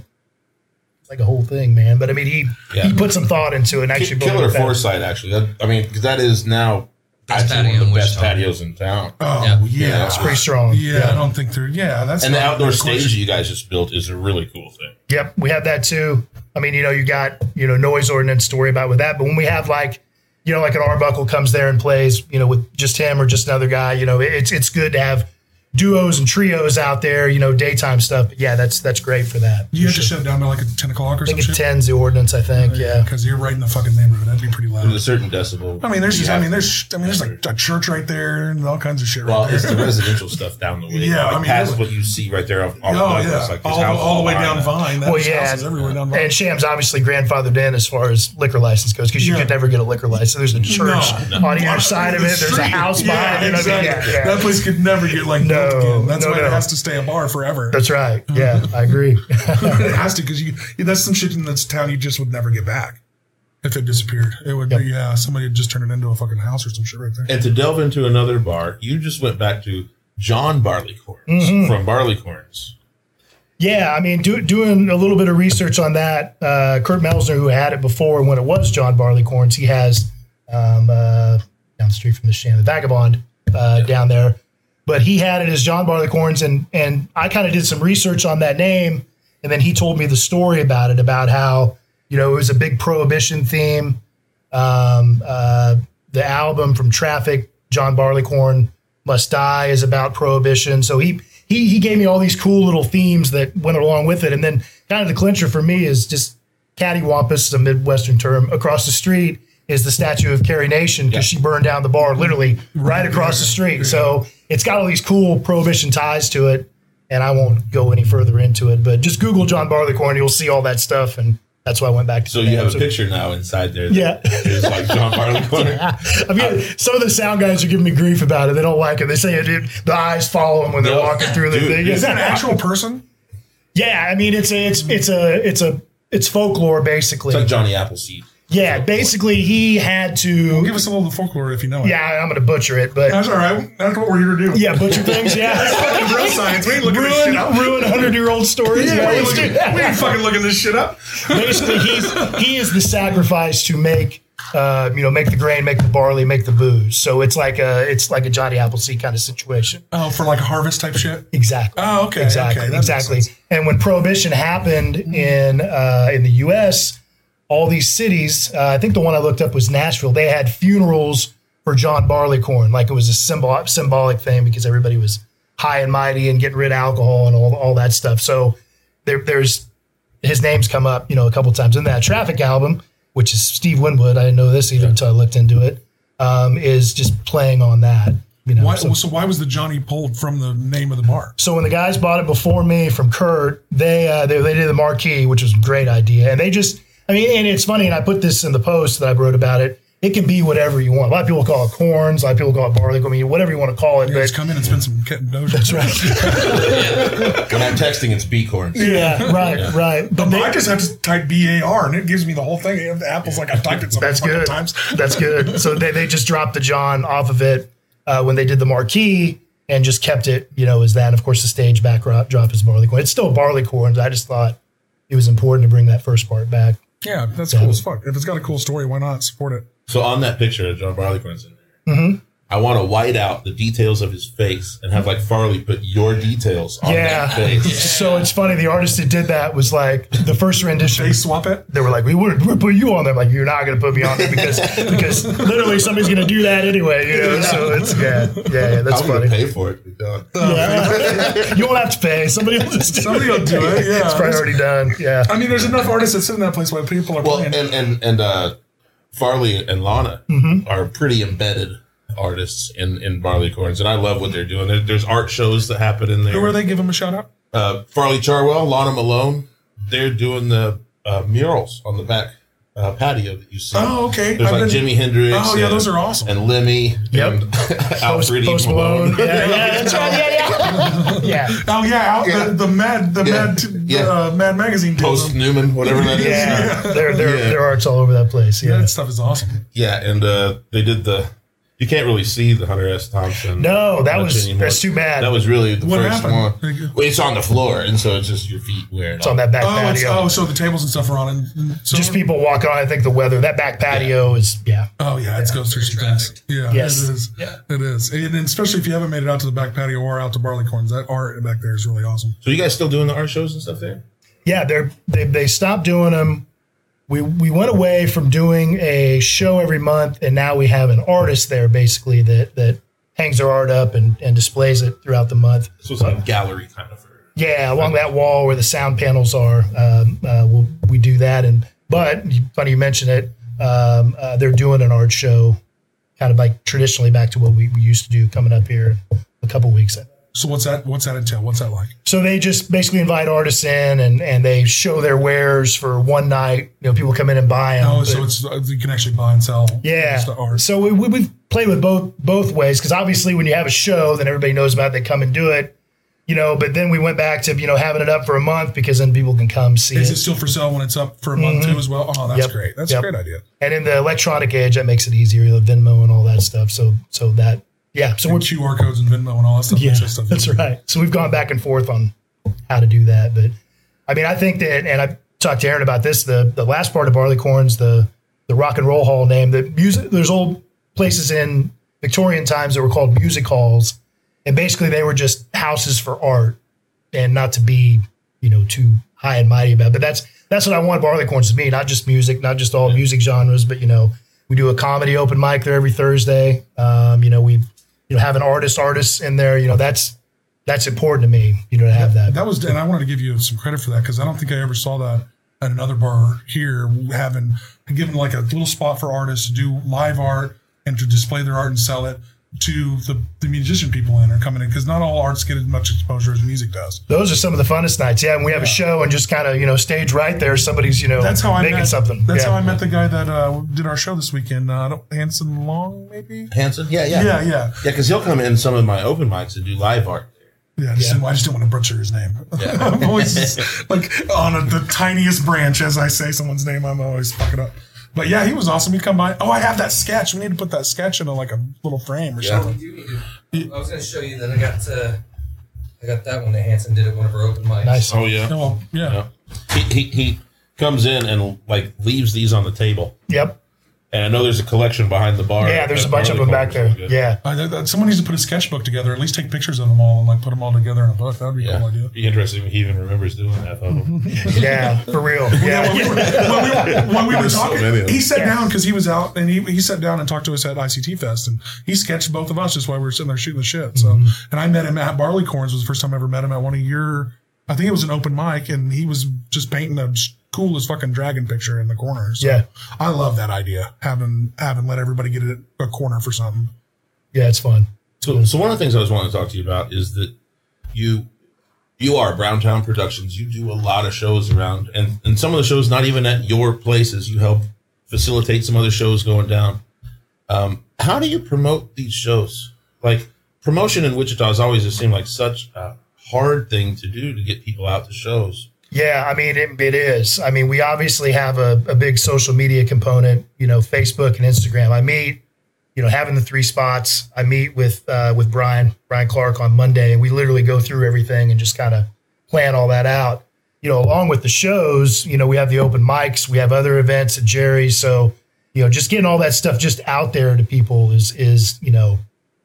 Speaker 4: it's like a whole thing, man. But I mean, he
Speaker 3: Yeah.
Speaker 4: he put some thought into it. And
Speaker 3: Ki-
Speaker 4: actually, built
Speaker 3: Killer
Speaker 4: that.
Speaker 3: foresight, actually. That, I mean, 'cause that is now
Speaker 6: Best
Speaker 3: actually
Speaker 6: patio
Speaker 3: one of
Speaker 6: in
Speaker 3: the best
Speaker 6: Wichita.
Speaker 3: patios in town.
Speaker 2: Oh yeah,
Speaker 3: Yeah,
Speaker 2: yeah.
Speaker 3: it's
Speaker 4: pretty strong.
Speaker 2: I don't think they're. Yeah, that's
Speaker 3: and the
Speaker 2: not a
Speaker 3: outdoor
Speaker 2: good
Speaker 3: stage that
Speaker 2: question.
Speaker 3: you guys just built is a really cool thing.
Speaker 4: Yep, we have that too. I mean, you know, you got you know noise ordinance to worry about with that, but when we have like, you know, like an Arbuckle comes there and plays, you know, with just him or just another guy, you know, it's it's good to have duos and trios out there, you know, daytime stuff. But yeah, that's that's great for that.
Speaker 2: You have to shut it down by like ten o'clock or
Speaker 4: I think
Speaker 2: something.
Speaker 4: it tens the ordinance. I think, yeah.
Speaker 2: because you're right in the fucking neighborhood. That'd be pretty
Speaker 3: There's a
Speaker 2: loud.
Speaker 3: certain decibel.
Speaker 2: I mean, there's
Speaker 3: you
Speaker 2: just, I
Speaker 3: have
Speaker 2: mean,
Speaker 3: to-
Speaker 2: there's, I mean, there's like a church right there and all kinds of shit.
Speaker 3: Well,
Speaker 2: right
Speaker 3: it's
Speaker 2: there.
Speaker 3: the residential stuff down the way.
Speaker 2: Yeah,
Speaker 3: like
Speaker 2: I mean,
Speaker 3: past
Speaker 2: really.
Speaker 3: what you see right there off,
Speaker 2: Oh
Speaker 3: off Douglas,
Speaker 2: yeah,
Speaker 3: like this
Speaker 2: all,
Speaker 3: house
Speaker 2: all the way
Speaker 3: behind
Speaker 2: down
Speaker 3: that.
Speaker 2: Vine. That
Speaker 4: Well,
Speaker 2: house
Speaker 4: yeah,
Speaker 2: is everywhere down Vine.
Speaker 4: and Sham's obviously grandfathered in as far as liquor license goes because you
Speaker 2: Yeah.
Speaker 4: could never get a liquor license. There's a church on either side of it. There's a house
Speaker 2: yeah,
Speaker 4: behind it. I mean,
Speaker 2: Exactly.
Speaker 4: yeah, yeah.
Speaker 2: That place could never get like
Speaker 4: No,
Speaker 2: built again. That's
Speaker 4: no,
Speaker 2: why
Speaker 4: no.
Speaker 2: it has to stay a bar forever.
Speaker 4: That's right. Yeah, I agree.
Speaker 2: it has to because you that's some shit in this town you just would never get back if it disappeared. It would be yeah, somebody would just turn it into a fucking house or some shit right there.
Speaker 3: And to delve into another bar, you just went back to John Barleycorns
Speaker 4: Mm-hmm.
Speaker 3: from Barleycorns.
Speaker 4: Yeah, I mean, do, doing a little bit of research on that, uh, Kurt Melzner, who had it before when it was John Barleycorns, he has um, uh, down the street from the Shannon, the Vagabond uh, down there. But he had it as John Barleycorns, and and I kind of did some research on that name, and then he told me the story about it, about how you know it was a big prohibition theme. Um, uh, the album from Traffic, John Barleycorn Must Die, is about prohibition. So he he he gave me all these cool little themes that went along with it, and then kind of the clincher for me is just cattywampus, is a midwestern term. Across the street is the statue of Carrie Nation because she burned down the bar literally right across the street. So it's got all these cool prohibition ties to it. And I won't go any further into it, but just Google John Barleycorn, you'll see all that stuff, and that's why I went back to.
Speaker 3: So
Speaker 4: the
Speaker 3: you
Speaker 4: name.
Speaker 3: have a picture now inside there. that
Speaker 4: Yeah.
Speaker 3: is like John Barleycorn.
Speaker 4: I mean, some of the sound guys are giving me grief about it. They don't like it. They say it, it- the eyes follow them when they're
Speaker 3: No.
Speaker 4: walking through the
Speaker 3: Dude,
Speaker 4: thing.
Speaker 3: dude.
Speaker 2: Is that an actual person?
Speaker 4: Yeah, I mean, it's a, it's it's a it's a it's folklore basically.
Speaker 3: It's like Johnny Appleseed.
Speaker 4: yeah, basically he had
Speaker 2: Give
Speaker 4: to.
Speaker 2: us a little folklore if you know it.
Speaker 4: Yeah, I'm gonna butcher it, but
Speaker 2: That's all right. That's what we're here to do.
Speaker 4: yeah, butcher things. Yeah,
Speaker 2: Fucking real science. We ain't looking this
Speaker 4: ruin
Speaker 2: shit up.
Speaker 4: ruin hundred year old stories.
Speaker 2: Yeah,
Speaker 4: Yeah,
Speaker 2: we, ain't
Speaker 4: let's do
Speaker 2: looking,
Speaker 4: that.
Speaker 2: we ain't fucking looking this shit up.
Speaker 4: basically he's he is the sacrifice to make uh, you know make the grain, make the barley, make the booze. So it's like a it's like a Johnny Appleseed kind of situation.
Speaker 2: Oh, for like a harvest type shit.
Speaker 4: Exactly.
Speaker 2: Oh, okay,
Speaker 4: Exactly.
Speaker 2: okay, that makes
Speaker 4: exactly.
Speaker 2: sense.
Speaker 4: And when prohibition happened in uh, in the U.S., all these cities, uh, I think the one I looked up was Nashville. They had funerals for John Barleycorn, like it was a symbol symbolic thing because everybody was high and mighty and getting rid of alcohol and all all that stuff. So there, there's his name's come up, you know, a couple times in that traffic album, which is Steve Winwood. I didn't know this either until I looked into it. Um, is just playing on that. You know,
Speaker 2: Why,
Speaker 4: so-
Speaker 2: so, why was the Johnny pulled from the name of the bar?
Speaker 4: so when the guys bought it before me from Kurt, they uh, they, they did the marquee, which was a great idea, and they just I mean, and it's funny, and I put this in the post that I wrote about it. It can be whatever you want. A lot of people call it corns. A lot of people call it barley. I mean, whatever you want to call it.
Speaker 2: Yeah, just
Speaker 4: But
Speaker 2: come in and spend some cat and doja. That's right.
Speaker 3: When I'm texting, it's B-corn.
Speaker 4: yeah, right, right. But
Speaker 2: But
Speaker 4: they,
Speaker 2: I just have to type B A R and it gives me the whole thing. The apple's like I typed it so
Speaker 4: that's
Speaker 2: many fucking
Speaker 4: good.
Speaker 2: times.
Speaker 4: That's good. So they, they just dropped the John off of it uh, when they did the marquee and just kept it, you know, as that. And of course, the stage backdrop drop is barley corn. It's still barley corns. I just thought it was important to bring that first part back.
Speaker 2: Yeah, that's cool as fuck. If it's got a cool story, why not support it?
Speaker 3: So on that picture of John Barleycorn's in there,
Speaker 4: Mm-hmm.
Speaker 3: I want to white out the details of his face and have like Farley put your details on
Speaker 4: Yeah.
Speaker 3: that face.
Speaker 4: So it's funny. The artist that did that was like the first rendition.
Speaker 2: They swap it.
Speaker 4: They were like, "We would we put you on there." I'm like, "You're not going to put me on there because because literally somebody's going to do that anyway." You know. So it's yeah, yeah, yeah. That's
Speaker 3: I'm going to
Speaker 4: funny.
Speaker 3: pay for it. to be done.
Speaker 4: Yeah. you won't have to pay. Somebody will just do
Speaker 2: Somebody
Speaker 4: it.
Speaker 2: will do it, yeah.
Speaker 4: it's probably already done. Yeah.
Speaker 2: I mean, there's enough artists that sit in that place where people are
Speaker 3: Well,
Speaker 2: playing.
Speaker 3: and and and uh, Farley and Lana
Speaker 2: Mm-hmm.
Speaker 3: are pretty embedded artists in in Barleycorns, and I love what they're doing. There, there's art shows that happen in there.
Speaker 2: Who are they? Give them a shout out.
Speaker 3: uh, Farley Charwell, Lana Malone, they're doing the uh, murals on the back uh, patio that you see.
Speaker 2: Oh, okay.
Speaker 3: There's
Speaker 2: I've
Speaker 3: like
Speaker 2: been-
Speaker 3: Jimi Hendrix.
Speaker 2: Oh, yeah,
Speaker 3: and-
Speaker 2: those are awesome.
Speaker 3: And Lemmy.
Speaker 4: Yep.
Speaker 3: And Alfred E.
Speaker 4: Post
Speaker 3: Malone.
Speaker 4: Malone. Yeah, yeah, that's right. Yeah, yeah. yeah.
Speaker 2: Oh yeah, out,
Speaker 3: Yeah.
Speaker 2: The, the Mad, the
Speaker 3: Yeah.
Speaker 2: Mad,
Speaker 3: Yeah.
Speaker 2: the, uh, Mad magazine. did
Speaker 3: Post
Speaker 2: them.
Speaker 3: Newman, whatever that is.
Speaker 4: Yeah,
Speaker 3: Uh,
Speaker 4: there, there,
Speaker 3: Yeah.
Speaker 4: there are arts all over that place. Yeah,
Speaker 2: That stuff is awesome.
Speaker 3: yeah, and uh, they did the. You can't really see the Hunter S. Thompson.
Speaker 4: No, that
Speaker 3: much
Speaker 4: was- that's too bad.
Speaker 3: That was really the
Speaker 2: What
Speaker 3: first
Speaker 2: happened?
Speaker 3: one. Well, it's on the floor, and so it's just your feet wearing.
Speaker 4: it's on that back
Speaker 2: Oh, it's,
Speaker 4: patio.
Speaker 2: oh, so the tables and stuff are on, and- and so
Speaker 4: just people walk on. I think the weather that back patio is yeah.
Speaker 2: Oh yeah, it goes through some fast. Yeah,
Speaker 4: Yes.
Speaker 2: it is.
Speaker 4: Yeah.
Speaker 2: It is, and, and especially if you haven't made it out to the back patio or out to Barleycorns, that art back there is really awesome.
Speaker 3: So you guys still doing the art shows and stuff there?
Speaker 4: yeah, they're they they stopped doing them. We we went away from doing a show every month, and now we have an artist there basically that that hangs their art up and, and displays it throughout the month.
Speaker 3: This was like gallery kind of.
Speaker 4: Yeah, along that wall where the sound panels are, um, uh, we'll, we do that. And but you- funny you mention it, um, uh, they're doing an art show, kind of like traditionally back to what we, we used to do, coming up here in a couple weeks.
Speaker 2: So what's that? What's that entail? What's that like?
Speaker 4: So they just basically invite artists in and, and they show their wares for one night. You know, people come in and buy them.
Speaker 2: Oh, so it's uh, you can actually buy and sell.
Speaker 4: yeah.
Speaker 2: just the art.
Speaker 4: So we, we, we've played with both both ways because obviously when you have a show, then everybody knows about it. They come and do it, you know. But then we went back to you know having it up for a month because then people can come see
Speaker 2: Is
Speaker 4: it.
Speaker 2: it still for sale when it's up for a month too as well? Oh, that's
Speaker 4: Mm-hmm. Yep.
Speaker 2: great. That's
Speaker 4: Yep.
Speaker 2: a great idea.
Speaker 4: and in the electronic age, that makes it easier. The Venmo and all that stuff. So so that yeah. So we're
Speaker 2: QR codes and Venmo and all that stuff.
Speaker 4: Yeah,
Speaker 2: that's just stuff
Speaker 4: that's right. So we've gone back and forth on how to do that, but I mean, I think that, and I talked to Aaron about this. The the last part of Barleycorns, the the Rock and Roll Hall name. That music, there's old places in Victorian times that were called music halls, and basically they were just houses for art, and not to be you know too high and mighty about. It. But that's that's what I want Barleycorns to be, not just music, not just all music genres, but you know we do a comedy open mic there every Thursday. Um, you know we you know have an artist artists in there. You know that's that's important to me. You know to have that.
Speaker 2: That was, and I wanted to give you some credit for that because I don't think I ever saw that at another bar here, having given like a little spot for artists to do live art and to display their art and sell it to the, the musician people in are coming in because not all arts get as much exposure as music does.
Speaker 4: Those are some of the funnest nights. Yeah, and we have a show and just kind of you know stage right there. Somebody's you know
Speaker 2: That's how I
Speaker 4: making
Speaker 2: met,
Speaker 4: something.
Speaker 2: That's
Speaker 4: Yeah.
Speaker 2: how I met the guy that uh, did our show this weekend, uh, I don't- Hanson Long, maybe.
Speaker 3: Hanson? Yeah, yeah.
Speaker 2: Yeah, yeah.
Speaker 3: Yeah, because he'll come in some of my open mics and do live art.
Speaker 2: Yeah, I just, Didn't, I just didn't want to butcher his name. I'm always just, like on a, the tiniest branch as I say someone's name, I'm always fucking up. But yeah, he was awesome. He come by. Oh, I have that sketch. We need to put that sketch in a, like a little frame or
Speaker 3: Yeah.
Speaker 2: something.
Speaker 5: You need to- I was going to show you, then I got uh, I got that one that Hanson did at one of our open mics.
Speaker 4: Nice.
Speaker 3: Oh, yeah.
Speaker 2: Yeah, well, yeah.
Speaker 3: Yeah. He, he, he comes in and like leaves these on the table.
Speaker 4: Yep.
Speaker 3: And I know there's a collection behind the bar.
Speaker 4: Yeah, there's a
Speaker 3: That
Speaker 4: bunch of
Speaker 3: Harley
Speaker 4: them back there.
Speaker 3: Cole's really good.
Speaker 4: Yeah.
Speaker 2: I, think that- someone needs to put a sketchbook together. At least take pictures of them all and like put them all together in a book. That would be a cool
Speaker 3: Yeah.
Speaker 2: idea.
Speaker 3: Be interesting if he even remembers doing that photo.
Speaker 4: Yeah. For real.
Speaker 2: when we
Speaker 4: Yeah.
Speaker 2: were, when we were, when we were
Speaker 3: There's so
Speaker 2: talking,
Speaker 3: many of them.
Speaker 2: he sat down because he was out and he, he sat down and talked to us at ICT Fest and he sketched both of us just while we were sitting there shooting the shit. So,
Speaker 4: Mm-hmm.
Speaker 2: and I met him at Barleycorns was the first time I ever met him at one of your, I think it was an open mic and he was just painting a s- cool as fucking dragon picture in the corner. So
Speaker 4: Yeah.
Speaker 2: I love that idea. Having, having let everybody get a, a corner for something.
Speaker 4: Yeah. It's fun.
Speaker 3: So, so one of the things I was wanting to talk to you about is that you you are Browntown Productions. You do a lot of shows around, and and some of the shows not even at your places. You help facilitate some other shows going down. Um, how do you promote these shows? Like promotion in Wichita has always just seemed like such a hard thing to do to get people out to shows.
Speaker 4: Yeah, I mean it, it is. I mean, we obviously have a, a big social media component. You know, Facebook and Instagram. I meet, you know, having the three spots. I meet with uh, with Brian Brian Clark on Monday. We literally go through everything and just kind of plan all that out. You know, along with the shows. You know, we have the open mics. We have other events at Jerry's. So, you know, just getting all that stuff just out there to people is is you know,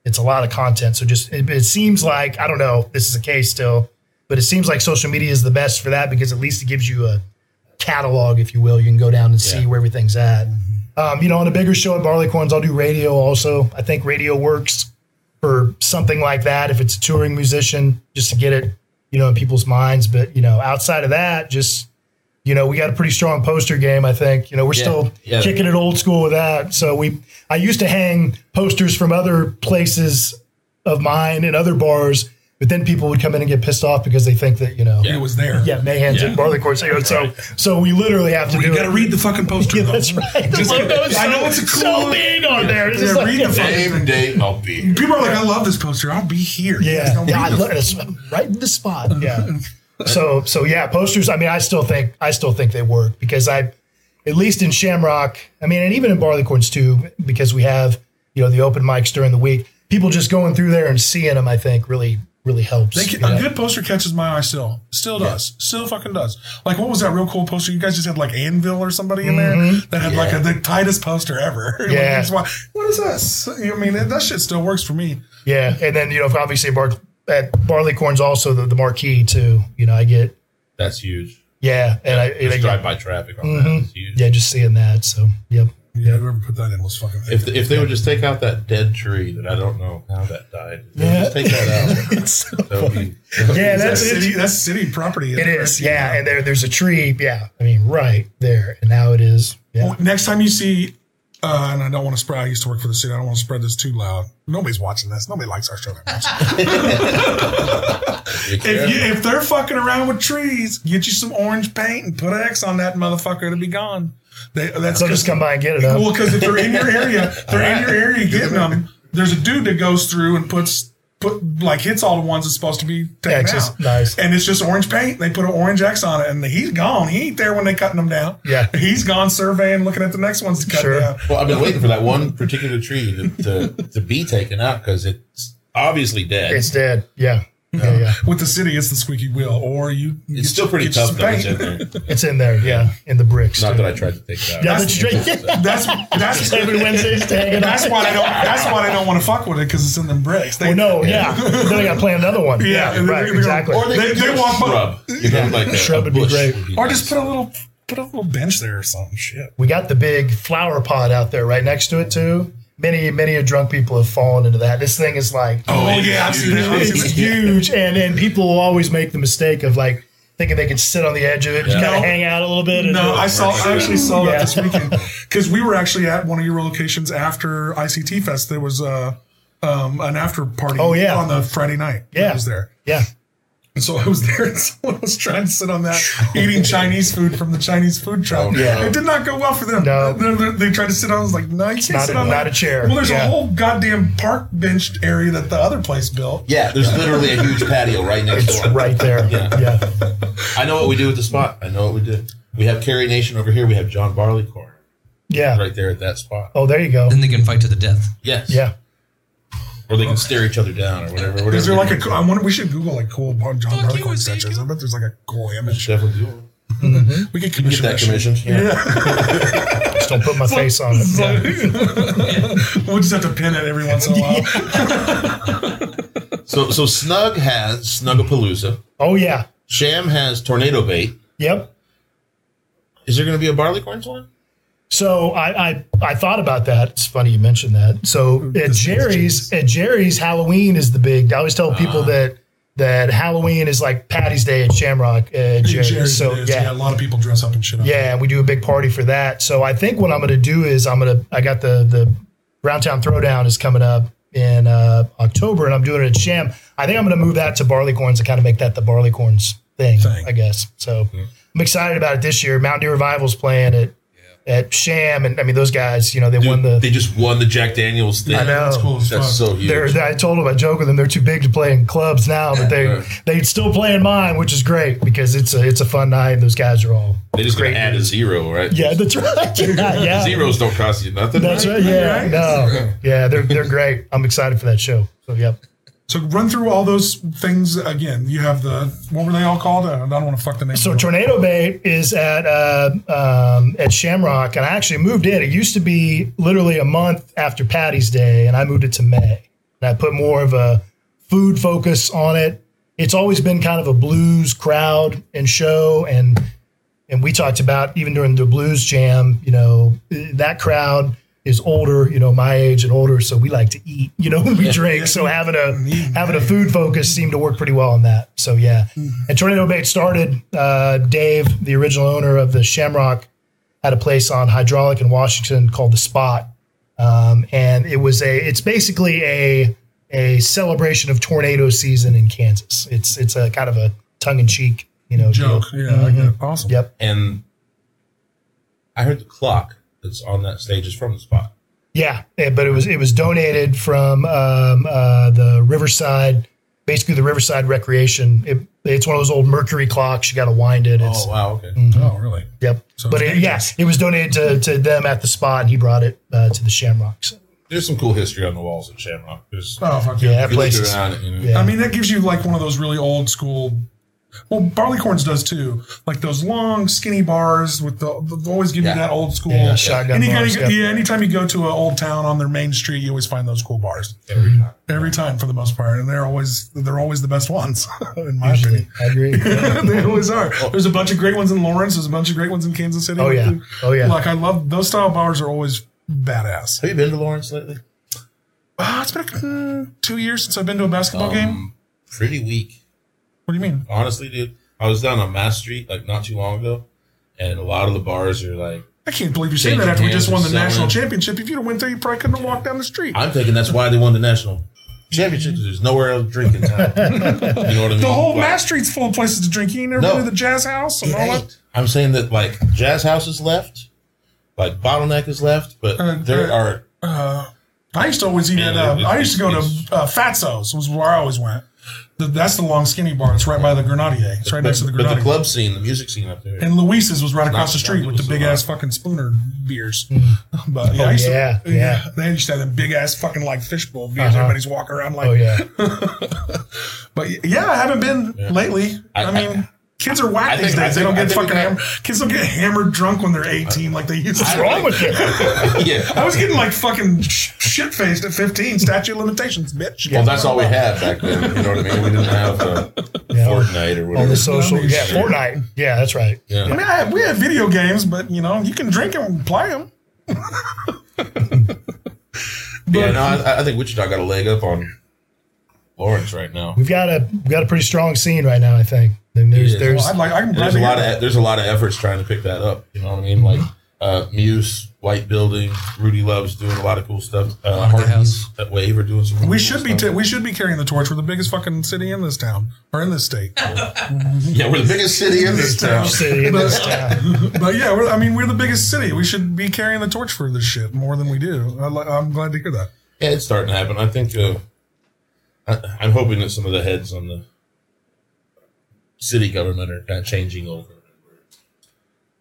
Speaker 4: it's a lot of content. So just it, it seems like I don't know. if This is the case still but it seems like social media is the best for that because at least it gives you a catalog, if you will. You can go down and see
Speaker 3: Yeah.
Speaker 4: where everything's at. Um, you know, on a bigger show at Barleycorns, I'll do radio also. I think radio works for something like that if it's a touring musician, just to get it, you know, in people's minds. But you know, outside of that, just you know, we got a pretty strong poster game. I think you know we're still
Speaker 3: Yeah.
Speaker 4: kicking it old school with that. So we, I used to hang posters from other places of mine and other bars, but then people would come in and get pissed off because they think that you know,
Speaker 2: It
Speaker 4: yeah,
Speaker 2: was there.
Speaker 4: Mayhem's
Speaker 3: Yeah.
Speaker 4: at Barleycorns. So so we literally have to
Speaker 2: You
Speaker 4: do
Speaker 2: got to
Speaker 4: it.
Speaker 2: read the fucking poster.
Speaker 4: Yeah,
Speaker 2: though.
Speaker 4: that's right. The
Speaker 2: Just-
Speaker 4: logo is
Speaker 2: I know
Speaker 4: so-
Speaker 2: it's a cool.
Speaker 4: so big on there. It's
Speaker 2: Yeah,
Speaker 4: just like-
Speaker 2: read the fucking thing.
Speaker 3: date, I'll be. here.
Speaker 2: People are like, I love this poster. I'll be here. You guys
Speaker 4: Yeah,
Speaker 2: don't
Speaker 4: yeah, I
Speaker 2: read the
Speaker 4: love it's right in the spot. Yeah. So so yeah, posters. I mean, I still think I still think they work because I, at least in Shamrock, I mean, and even in Barleycorns too, because we have you know the open mics during the week. People just going through there and seeing them, I think, really really helps.
Speaker 2: They
Speaker 4: you
Speaker 2: can,
Speaker 4: know?
Speaker 2: A good poster catches my eye still. Still does. Still fucking does. Like, what was that real cool poster? You guys just had like Anvil or somebody in there that had like a, the tightest poster ever. Like,
Speaker 4: Yeah.
Speaker 2: that's why- what is this? You know, I mean, that shit still works for me.
Speaker 4: Yeah, and then you know, obviously, Bar- at Barleycorns also the, the marquee too. You know, I get
Speaker 3: That's huge.
Speaker 4: yeah, and I and I-
Speaker 3: Just drive by traffic on that is huge.
Speaker 4: yeah, just seeing that. So yep.
Speaker 2: Yeah, whoever put that in was fucking.
Speaker 3: If, if they would just take out that dead tree that I don't know how that died, if they would just take that out.
Speaker 4: It's-
Speaker 3: that would be-
Speaker 4: yeah,
Speaker 2: that's
Speaker 4: that's it.
Speaker 2: city, that's city property.
Speaker 4: It is, yeah. And there, there's a tree, yeah. I mean, right there, and now it is, yeah.
Speaker 2: Next time you see, uh, and I don't want to spread. I used to work for the city. I don't want to spread this too loud. Nobody's watching this. Nobody likes our show that much. If, you, if they're fucking around with trees, get you some orange paint and put an X on that motherfucker to be gone. They, that's
Speaker 4: So just come by and get it up.
Speaker 2: Well, because if they're in your area, they're in your area getting them. There's a dude that goes through and puts put like hits all the ones that's supposed to be taken
Speaker 4: X's.
Speaker 2: out.
Speaker 4: Nice.
Speaker 2: And it's just orange paint. They put an orange X on it, and he's gone. He ain't there when they cutting them down.
Speaker 4: Yeah.
Speaker 2: he's gone surveying, looking at the next ones to cut
Speaker 4: Sure.
Speaker 2: down.
Speaker 3: well, I've been waiting for that one particular tree to, to, to be taken out because it's obviously dead.
Speaker 4: It's dead, yeah. Yeah, yeah.
Speaker 2: With the city, it's the squeaky wheel, or you.
Speaker 3: It's still pretty tough though. It's in
Speaker 2: That's
Speaker 3: there.
Speaker 4: It's in there, yeah, in the bricks.
Speaker 3: Not
Speaker 4: too.
Speaker 3: that I tried to take it out.
Speaker 4: yeah, that's straight.
Speaker 2: that's
Speaker 4: Every Wednesday's to hang it out.
Speaker 2: that's why I don't. That's why I don't want to fuck with it because it's in them bricks. They
Speaker 4: Well, no, yeah. then I got to play another one.
Speaker 2: Yeah, and then
Speaker 4: right,
Speaker 2: they're gonna-
Speaker 4: exactly.
Speaker 2: or They-
Speaker 3: could
Speaker 2: they
Speaker 3: do a
Speaker 2: walk by.
Speaker 3: shrub. You know, like a,
Speaker 4: Shrub
Speaker 3: a
Speaker 4: would be
Speaker 3: bush
Speaker 4: great.
Speaker 3: would be
Speaker 2: or
Speaker 3: nice.
Speaker 2: just put a little put a little bench there or something. Shit.
Speaker 4: we got the big flower pod out there right next to it too. Many, many a drunk people have fallen into that. This thing is like
Speaker 2: Oh yeah, I've seen that. I've seen
Speaker 4: it's
Speaker 2: that.
Speaker 4: huge, and and people will always make the mistake of like thinking they can sit on the edge of it, just
Speaker 3: Yeah.
Speaker 4: kind of
Speaker 2: No.
Speaker 4: hang out a little bit. And
Speaker 2: No, I saw. I actually saw
Speaker 4: Yeah.
Speaker 2: that this weekend because we were actually at one of your locations after ICT Fest. There was uh, um, an after party.
Speaker 4: Oh, yeah.
Speaker 2: on the Friday night. that
Speaker 4: Yeah.
Speaker 2: I was there.
Speaker 4: yeah,
Speaker 2: And so I was there, and someone was trying to sit on that eating Chinese food from the Chinese food truck.
Speaker 3: Oh, no. Yeah.
Speaker 2: It did not go well for them.
Speaker 4: No.
Speaker 2: They're- they're- they tried to sit on. I was like, no, you can't
Speaker 4: not
Speaker 2: sit
Speaker 4: a-
Speaker 2: on
Speaker 4: not
Speaker 2: that.
Speaker 4: a chair.
Speaker 2: Well, there's
Speaker 4: Yeah.
Speaker 2: a whole goddamn park bench area that the other place built.
Speaker 3: yeah, there's literally a huge patio right next
Speaker 4: it's
Speaker 3: door.
Speaker 4: right there.
Speaker 3: Yeah.
Speaker 4: yeah.
Speaker 3: I know what we do at the spot. I know what we do. We have Carrie Nation over here. We have John Barleycorn
Speaker 4: yeah.
Speaker 3: right there at that spot.
Speaker 4: Oh, there you go.
Speaker 6: Then they can fight to the death.
Speaker 3: Yes.
Speaker 4: Yeah.
Speaker 3: Or they can stare each other down or whatever. whatever
Speaker 2: Is there like
Speaker 3: they
Speaker 2: a?
Speaker 3: do.
Speaker 2: co- I wonder. We should Google like cool John
Speaker 6: you,
Speaker 2: Barleycorn
Speaker 6: Ezekiel.
Speaker 2: sketches. I bet there's like a cool image.
Speaker 3: Definitely do.
Speaker 2: We could
Speaker 3: Get
Speaker 2: commission
Speaker 3: that
Speaker 2: shit.
Speaker 3: commissioned. Yeah.
Speaker 4: Just don't put my face on it. Yeah.
Speaker 2: we'll just have to pin it every once in a while.
Speaker 3: So so Snug has Snuggapalooza.
Speaker 4: Oh yeah.
Speaker 3: Sham has Tornado Bait.
Speaker 4: Yep.
Speaker 3: Is there going to be a Barleycorn slam?
Speaker 4: So I, I I thought about that. It's funny you mentioned that. So at
Speaker 2: is
Speaker 4: Jerry's, at Jerry's, Halloween is the big. I always tell people
Speaker 2: Ah.
Speaker 4: that that Halloween is like Patty's Day at Shamrock at Jerry's.
Speaker 2: Jerry's
Speaker 4: so
Speaker 2: it is. a
Speaker 4: yeah,
Speaker 2: lot of people dress up and shit. Up.
Speaker 4: yeah, and we do a big party for that. So I think what I'm going to do is I'm going to I got the the Roundtown Throwdown is coming up in uh, October, and I'm doing it at Sham. I think I'm going to move that to Barleycorns and kind of make that the Barleycorns thing,
Speaker 2: Thing.
Speaker 4: I guess. So I'm excited about it this year. Mount Dew Revival's playing at at Sham, and I mean those guys, you know, they won the.
Speaker 3: they just won the Jack Daniels thing.
Speaker 4: I know.
Speaker 2: that's cool as
Speaker 3: That's
Speaker 2: fuck.
Speaker 3: so huge.
Speaker 4: they're, I told them I joke with them. They're too big to play in clubs now, but they they still play in mine, which is great because it's a it's a fun night. and Those guys are all
Speaker 3: they just going to add a zero, right?
Speaker 4: yeah, that's right. Yeah, yeah.
Speaker 3: Zeros don't cost you nothing.
Speaker 4: That's right. Yeah. No. Yeah, they're they're great. I'm excited for that show. So yep.
Speaker 2: So run through all those things again. You have the what were they all called? I don't want to fuck the name.
Speaker 4: So Tornado Bay is at uh, um, at Shamrock, and I actually moved in. It used to be literally a month after Patty's Day, and I moved it to May. And I put more of a food focus on it. It's always been kind of a blues crowd and show, and and we talked about even during the blues jam, you know, that crowd is older, you know, my age and older, so we like to eat, you know, we drink. So having a having a food focus seemed to work pretty well on that. So yeah,
Speaker 2: Mm-hmm.
Speaker 4: and Tornado Bait started. Uh, Dave, the original owner of the Shamrock, had a place on Hydraulic in Washington called the Spot, um, and it was a. It's basically a a celebration of tornado season in Kansas. It's it's a kind of a tongue in cheek, you know,
Speaker 2: joke.
Speaker 4: deal.
Speaker 2: Yeah, I get it. awesome.
Speaker 4: Mm-hmm. Yep.
Speaker 3: And I heard the clock that's on that stage is from the spot.
Speaker 4: Yeah, eh, but it was it was donated from um, uh, the Riverside, basically the Riverside Recreation. It, it's one of those old mercury clocks. You got to wind it. It's,
Speaker 3: Oh wow, okay.
Speaker 2: Oh, really?
Speaker 4: Yep.
Speaker 2: So
Speaker 4: but
Speaker 2: it's
Speaker 4: it, yeah,
Speaker 2: dangerous.
Speaker 4: it was donated to, to them at the spot, and he brought it uh, to the Shamrock. So,
Speaker 3: There's some cool history on the walls at Shamrock. There's
Speaker 2: Oh, fuck
Speaker 4: yeah,
Speaker 2: yeah.
Speaker 4: that
Speaker 3: you
Speaker 4: place.
Speaker 3: look
Speaker 4: Is,
Speaker 3: around it, you know,
Speaker 4: yeah.
Speaker 2: I mean, that gives you like one of those really old school. Well, Barleycorns does too. Like those long, skinny bars with the they always give
Speaker 3: Yeah.
Speaker 2: you that old school.
Speaker 4: Yeah, shotgun
Speaker 2: Any kind
Speaker 4: bars,
Speaker 2: of-
Speaker 4: yeah.
Speaker 2: yeah, anytime you go to an old town on their main street, you always find those cool bars.
Speaker 3: every time.
Speaker 2: Every time, for the most part, and they're always they're always the best ones, in my opinion.
Speaker 4: I agree.
Speaker 2: they always are. There's a bunch of great ones in Lawrence. There's a bunch of great ones in Kansas City.
Speaker 4: Oh, yeah. Oh, yeah.
Speaker 2: Like I love those style bars are always badass.
Speaker 3: Have you been to Lawrence lately?
Speaker 2: Ah, it's been mm, two years since I've been to a basketball game.
Speaker 3: Um, pretty weak.
Speaker 2: What do you mean?
Speaker 3: Honestly, dude. I was down on Mass Street like not too long ago, and a lot of the bars are like
Speaker 2: I can't believe you're saying that
Speaker 3: Changing
Speaker 2: after we just won
Speaker 3: hands
Speaker 2: the
Speaker 3: and
Speaker 2: national
Speaker 3: selling.
Speaker 2: championship. If you'd have went there, you probably couldn't have walked down the street.
Speaker 3: I'm thinking that's why they won the national championship. 'cause There's nowhere else to drink in town. You know what I mean?
Speaker 2: the whole
Speaker 3: Like,
Speaker 2: Mass Street's full of places to drink. You ain't never
Speaker 3: No.
Speaker 2: been to the Jazz House and
Speaker 3: it
Speaker 2: all that.
Speaker 3: ain't. I'm saying that like Jazz House is left, like Bottleneck is left, but
Speaker 2: Uh,
Speaker 3: there
Speaker 2: uh,
Speaker 3: are
Speaker 2: I used to always eat
Speaker 3: Yeah,
Speaker 2: at. Uh,
Speaker 3: it-
Speaker 2: I used to go to
Speaker 3: it's-
Speaker 2: uh, Fatso's was where I always went. The, that's the long skinny bar. It's right by the Grenadier. It's right next to the
Speaker 3: but the
Speaker 2: Grenadier.
Speaker 3: club scene, the music scene up there.
Speaker 2: and Luis's was right across the street with the
Speaker 3: Luis's,
Speaker 2: big ass fucking spooner beers. But yeah, I used to-
Speaker 4: Hmm. Oh, yeah, yeah.
Speaker 2: They used to have them big ass fucking like fishbowl beers.
Speaker 4: Uh-huh.
Speaker 2: Everybody's walking around like.
Speaker 4: Oh yeah.
Speaker 2: But yeah, I haven't been lately. I,
Speaker 3: I-
Speaker 2: mean, kids are whack
Speaker 3: I
Speaker 2: these
Speaker 3: think-
Speaker 2: days.
Speaker 3: I
Speaker 2: they don't
Speaker 3: think-
Speaker 2: get
Speaker 3: I think
Speaker 2: fucking
Speaker 3: we
Speaker 2: hammered.
Speaker 3: got-
Speaker 2: Kids don't get hammered drunk when they're 18 like they used
Speaker 4: What's
Speaker 2: to.
Speaker 4: wrong with you?
Speaker 3: yeah.
Speaker 2: I was getting like fucking shit faced at 15. Statute of limitations, bitch.
Speaker 3: Well, that's all we had back then. You know what I mean? We didn't have uh, Fortnite or whatever.
Speaker 4: On the social,
Speaker 2: Numbers.
Speaker 4: yeah, Fortnite. Yeah, that's right.
Speaker 2: I mean, I had, we had video games, but you know, you can drink 'em and play 'em.
Speaker 3: yeah, no, I, I think Wichita got a leg up on Lawrence right now.
Speaker 4: We've got a we've got a pretty strong scene right now. I think. And there's
Speaker 3: Yeah.
Speaker 4: there's
Speaker 2: Well, I'd like, I can
Speaker 3: And
Speaker 2: glad
Speaker 3: there's a
Speaker 2: to
Speaker 3: lot
Speaker 2: hear-
Speaker 3: of there's a lot of efforts trying to pick that up. You know what I mean? Like uh, Muse, White Building, Rudy Loves doing a lot of cool stuff. Uh,
Speaker 6: Haunted
Speaker 3: Hardy's
Speaker 6: House.
Speaker 3: at Wave are doing some. really
Speaker 2: We
Speaker 3: cool
Speaker 2: should be
Speaker 3: stuff.
Speaker 2: t- we should be carrying the torch. We're the biggest fucking city in this town or in this state.
Speaker 3: yeah, we're the biggest city in this town.
Speaker 4: city in this town.
Speaker 2: but yeah, we're, I mean, we're the biggest city. We should be carrying the torch for this shit more than we do. I li- I'm glad to hear that.
Speaker 3: Yeah, it's starting to happen. I think uh, I, I'm hoping that some of the heads on the city government are kind of changing over.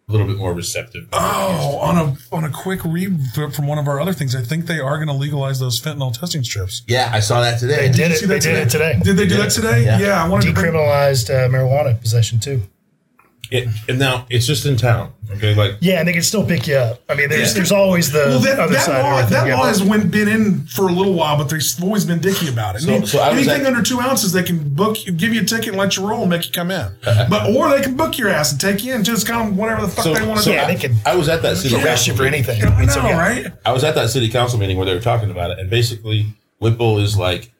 Speaker 3: A little bit more receptive.
Speaker 2: Oh, on a on a quick read from one of our other things, I think they are going to legalize those fentanyl testing strips.
Speaker 3: Yeah, I saw that today.
Speaker 4: They did
Speaker 2: See
Speaker 4: it. They
Speaker 2: that
Speaker 4: did it today.
Speaker 2: Did they do that today? Yeah,
Speaker 3: Yeah.
Speaker 2: I wanted to bring.
Speaker 4: Decriminalized uh, marijuana possession too.
Speaker 3: It, and now it's just in town. Okay, like
Speaker 4: Yeah, and they can still pick you up. I mean, there's
Speaker 2: Yeah.
Speaker 4: there's always the
Speaker 2: Well, that,
Speaker 4: other
Speaker 2: that
Speaker 4: side. of
Speaker 2: law,
Speaker 4: everything.
Speaker 2: that
Speaker 4: Yeah.
Speaker 2: law has went, been in for a little while, but they've always been dicky about it.
Speaker 3: So-
Speaker 2: Any-
Speaker 3: so I was
Speaker 2: anything
Speaker 3: at-
Speaker 2: under two ounces, they can book, you, give you a ticket, and let you roll, and make you come in. but or they can book your ass and take you in, just kind of whatever the fuck
Speaker 3: so,
Speaker 2: they want to
Speaker 3: so
Speaker 2: do.
Speaker 4: yeah,
Speaker 3: I,
Speaker 4: they can-
Speaker 3: I was at that
Speaker 4: They
Speaker 3: city
Speaker 4: can arrest
Speaker 3: council
Speaker 4: you for
Speaker 3: meeting.
Speaker 4: anything.
Speaker 2: I
Speaker 4: It's
Speaker 2: know,
Speaker 4: okay.
Speaker 2: right?
Speaker 3: I was at that city council meeting where they were talking about it, and basically Whipple is like,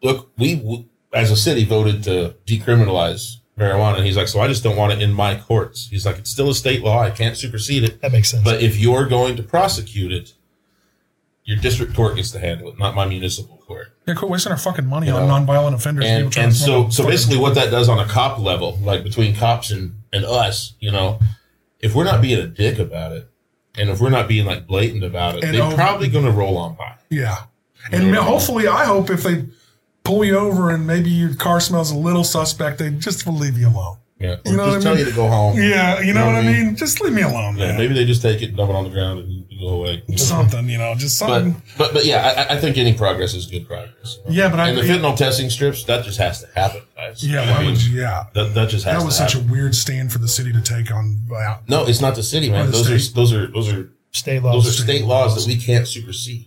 Speaker 3: "Look, we w- as a city voted to decriminalize marijuana." And he's like, "So I just don't want it in my courts." He's like, "It's still a state law; I can't supersede it."
Speaker 4: That makes sense.
Speaker 3: But if you're going to prosecute it, your district court gets to handle it, not my municipal court.
Speaker 2: Yeah, quit wasting our fucking money on nonviolent offenders. people
Speaker 3: And,
Speaker 2: trying
Speaker 3: and
Speaker 2: to
Speaker 3: so,
Speaker 2: fucking-
Speaker 3: so basically, what that does on a cop level, like between cops and, and us, you know, if we're not being a dick about it, and if we're not being like blatant about it,
Speaker 2: And
Speaker 3: they're
Speaker 2: over-
Speaker 3: probably going to roll on by.
Speaker 2: yeah, and ma- hopefully, I hope if they pull you over and maybe your car smells a little suspect, they just will leave you alone.
Speaker 3: Yeah,
Speaker 2: You know what I
Speaker 3: just tell
Speaker 2: mean?
Speaker 3: you to go home.
Speaker 2: Yeah, you know,
Speaker 3: know
Speaker 2: what I
Speaker 3: what I
Speaker 2: mean? Just leave me alone,
Speaker 3: Yeah,
Speaker 2: man.
Speaker 3: maybe they just take it, and dump it on the ground, and you go away. you know?
Speaker 2: something, you know, just
Speaker 3: But,
Speaker 2: something.
Speaker 3: but but yeah, I, I think any progress is good progress. you know?
Speaker 2: Yeah, but I-
Speaker 3: and the fentanyl testing strips that just has to happen. Guys.
Speaker 2: yeah,
Speaker 3: I
Speaker 2: why
Speaker 3: mean,
Speaker 2: would you? Yeah.
Speaker 3: That, that just has
Speaker 2: That
Speaker 3: to
Speaker 2: was such a
Speaker 3: happen.
Speaker 2: weird stand for the city to take on. uh,
Speaker 3: no, it's not the city, man.
Speaker 2: the
Speaker 3: those
Speaker 2: state.
Speaker 3: are those are those are
Speaker 4: State law.
Speaker 3: those are state laws that we can't supersede.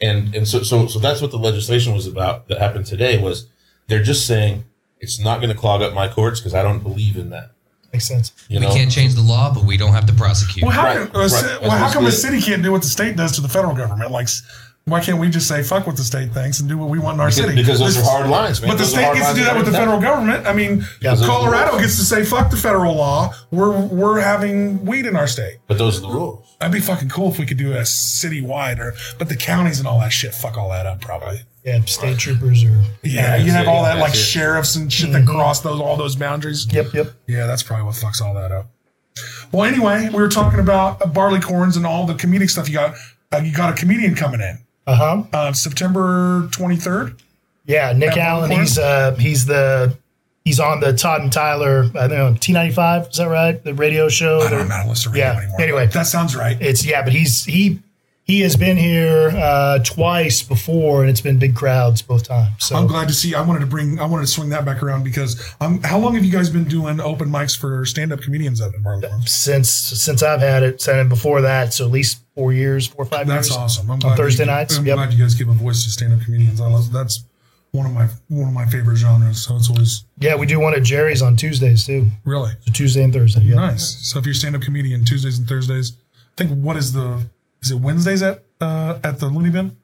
Speaker 3: And and so so so that's what the legislation was about that happened today was they're just saying it's not going to clog up my courts because I don't believe in that.
Speaker 4: Makes sense.
Speaker 3: You
Speaker 6: we
Speaker 3: know?
Speaker 6: can't change the law, but we don't have to prosecute.
Speaker 2: Well, how
Speaker 3: Right,
Speaker 2: can, uh,
Speaker 3: right.
Speaker 2: ci-
Speaker 3: That's
Speaker 2: well, how come the
Speaker 3: basically
Speaker 2: city can't do what the state does to the federal government? Like, s- why can't we just say fuck what the state thinks and do what we want in our city?
Speaker 3: because those
Speaker 2: This-
Speaker 3: are hard lines, man.
Speaker 2: But the
Speaker 3: Those are
Speaker 2: state
Speaker 3: hard
Speaker 2: gets to
Speaker 3: lines
Speaker 2: do that with the
Speaker 3: right
Speaker 2: federal government. I mean,
Speaker 4: Yeah, those
Speaker 3: are the
Speaker 2: Colorado
Speaker 3: rules.
Speaker 2: gets to say fuck the federal law. We're we're having weed in our state.
Speaker 3: But those are the rules.
Speaker 2: That'd be fucking cool if we could do a citywide or, but the counties and all that shit, fuck all that up probably.
Speaker 4: Yeah, state troopers are.
Speaker 2: Yeah,
Speaker 3: that's
Speaker 2: you have
Speaker 3: it,
Speaker 2: all that
Speaker 3: that's
Speaker 2: like
Speaker 3: it.
Speaker 2: sheriffs and shit
Speaker 3: Mm-hmm.
Speaker 2: that cross those all those boundaries.
Speaker 4: Yep, yep.
Speaker 2: Yeah, that's probably what fucks all that up. Well, anyway, we were talking about uh, barleycorns and all the comedic stuff you got. Uh, you got a comedian coming in
Speaker 4: Uh huh.
Speaker 2: uh, September 23rd.
Speaker 4: Yeah,
Speaker 2: At
Speaker 4: Nick
Speaker 2: one
Speaker 4: Allen.
Speaker 2: point?
Speaker 4: He's uh he's the he's on the Todd and Tyler. I don't know T ninety five. Is that right? The radio show.
Speaker 2: I don't,
Speaker 4: They're-
Speaker 2: I'm not a listener radio
Speaker 4: yeah,
Speaker 2: anymore.
Speaker 4: anyway.
Speaker 2: that sounds right.
Speaker 4: It's yeah, but he's he he has been here uh twice before, and it's been big crowds both times. So
Speaker 2: I'm glad to see. I wanted to bring. I wanted to swing that back around because um, how long have you guys been doing open mics for stand-up comedians up in Barleycorns?
Speaker 4: since since I've had it, and before that, so at least four years, four or five years.
Speaker 2: That's awesome. I'm glad
Speaker 4: Thursday
Speaker 2: you,
Speaker 4: nights,
Speaker 2: I'm
Speaker 4: yep.
Speaker 2: glad you guys give a voice to stand-up comedians. I love that's one of my one of my favorite genres. So it's always
Speaker 4: Yeah, we do one at Jerry's on Tuesdays too.
Speaker 2: really
Speaker 4: So Tuesday and Thursday. Yeah.
Speaker 2: Nice. So if you're a stand-up comedian Tuesdays and Thursdays, I think what is the is it Wednesdays at uh, at the Looney Bin?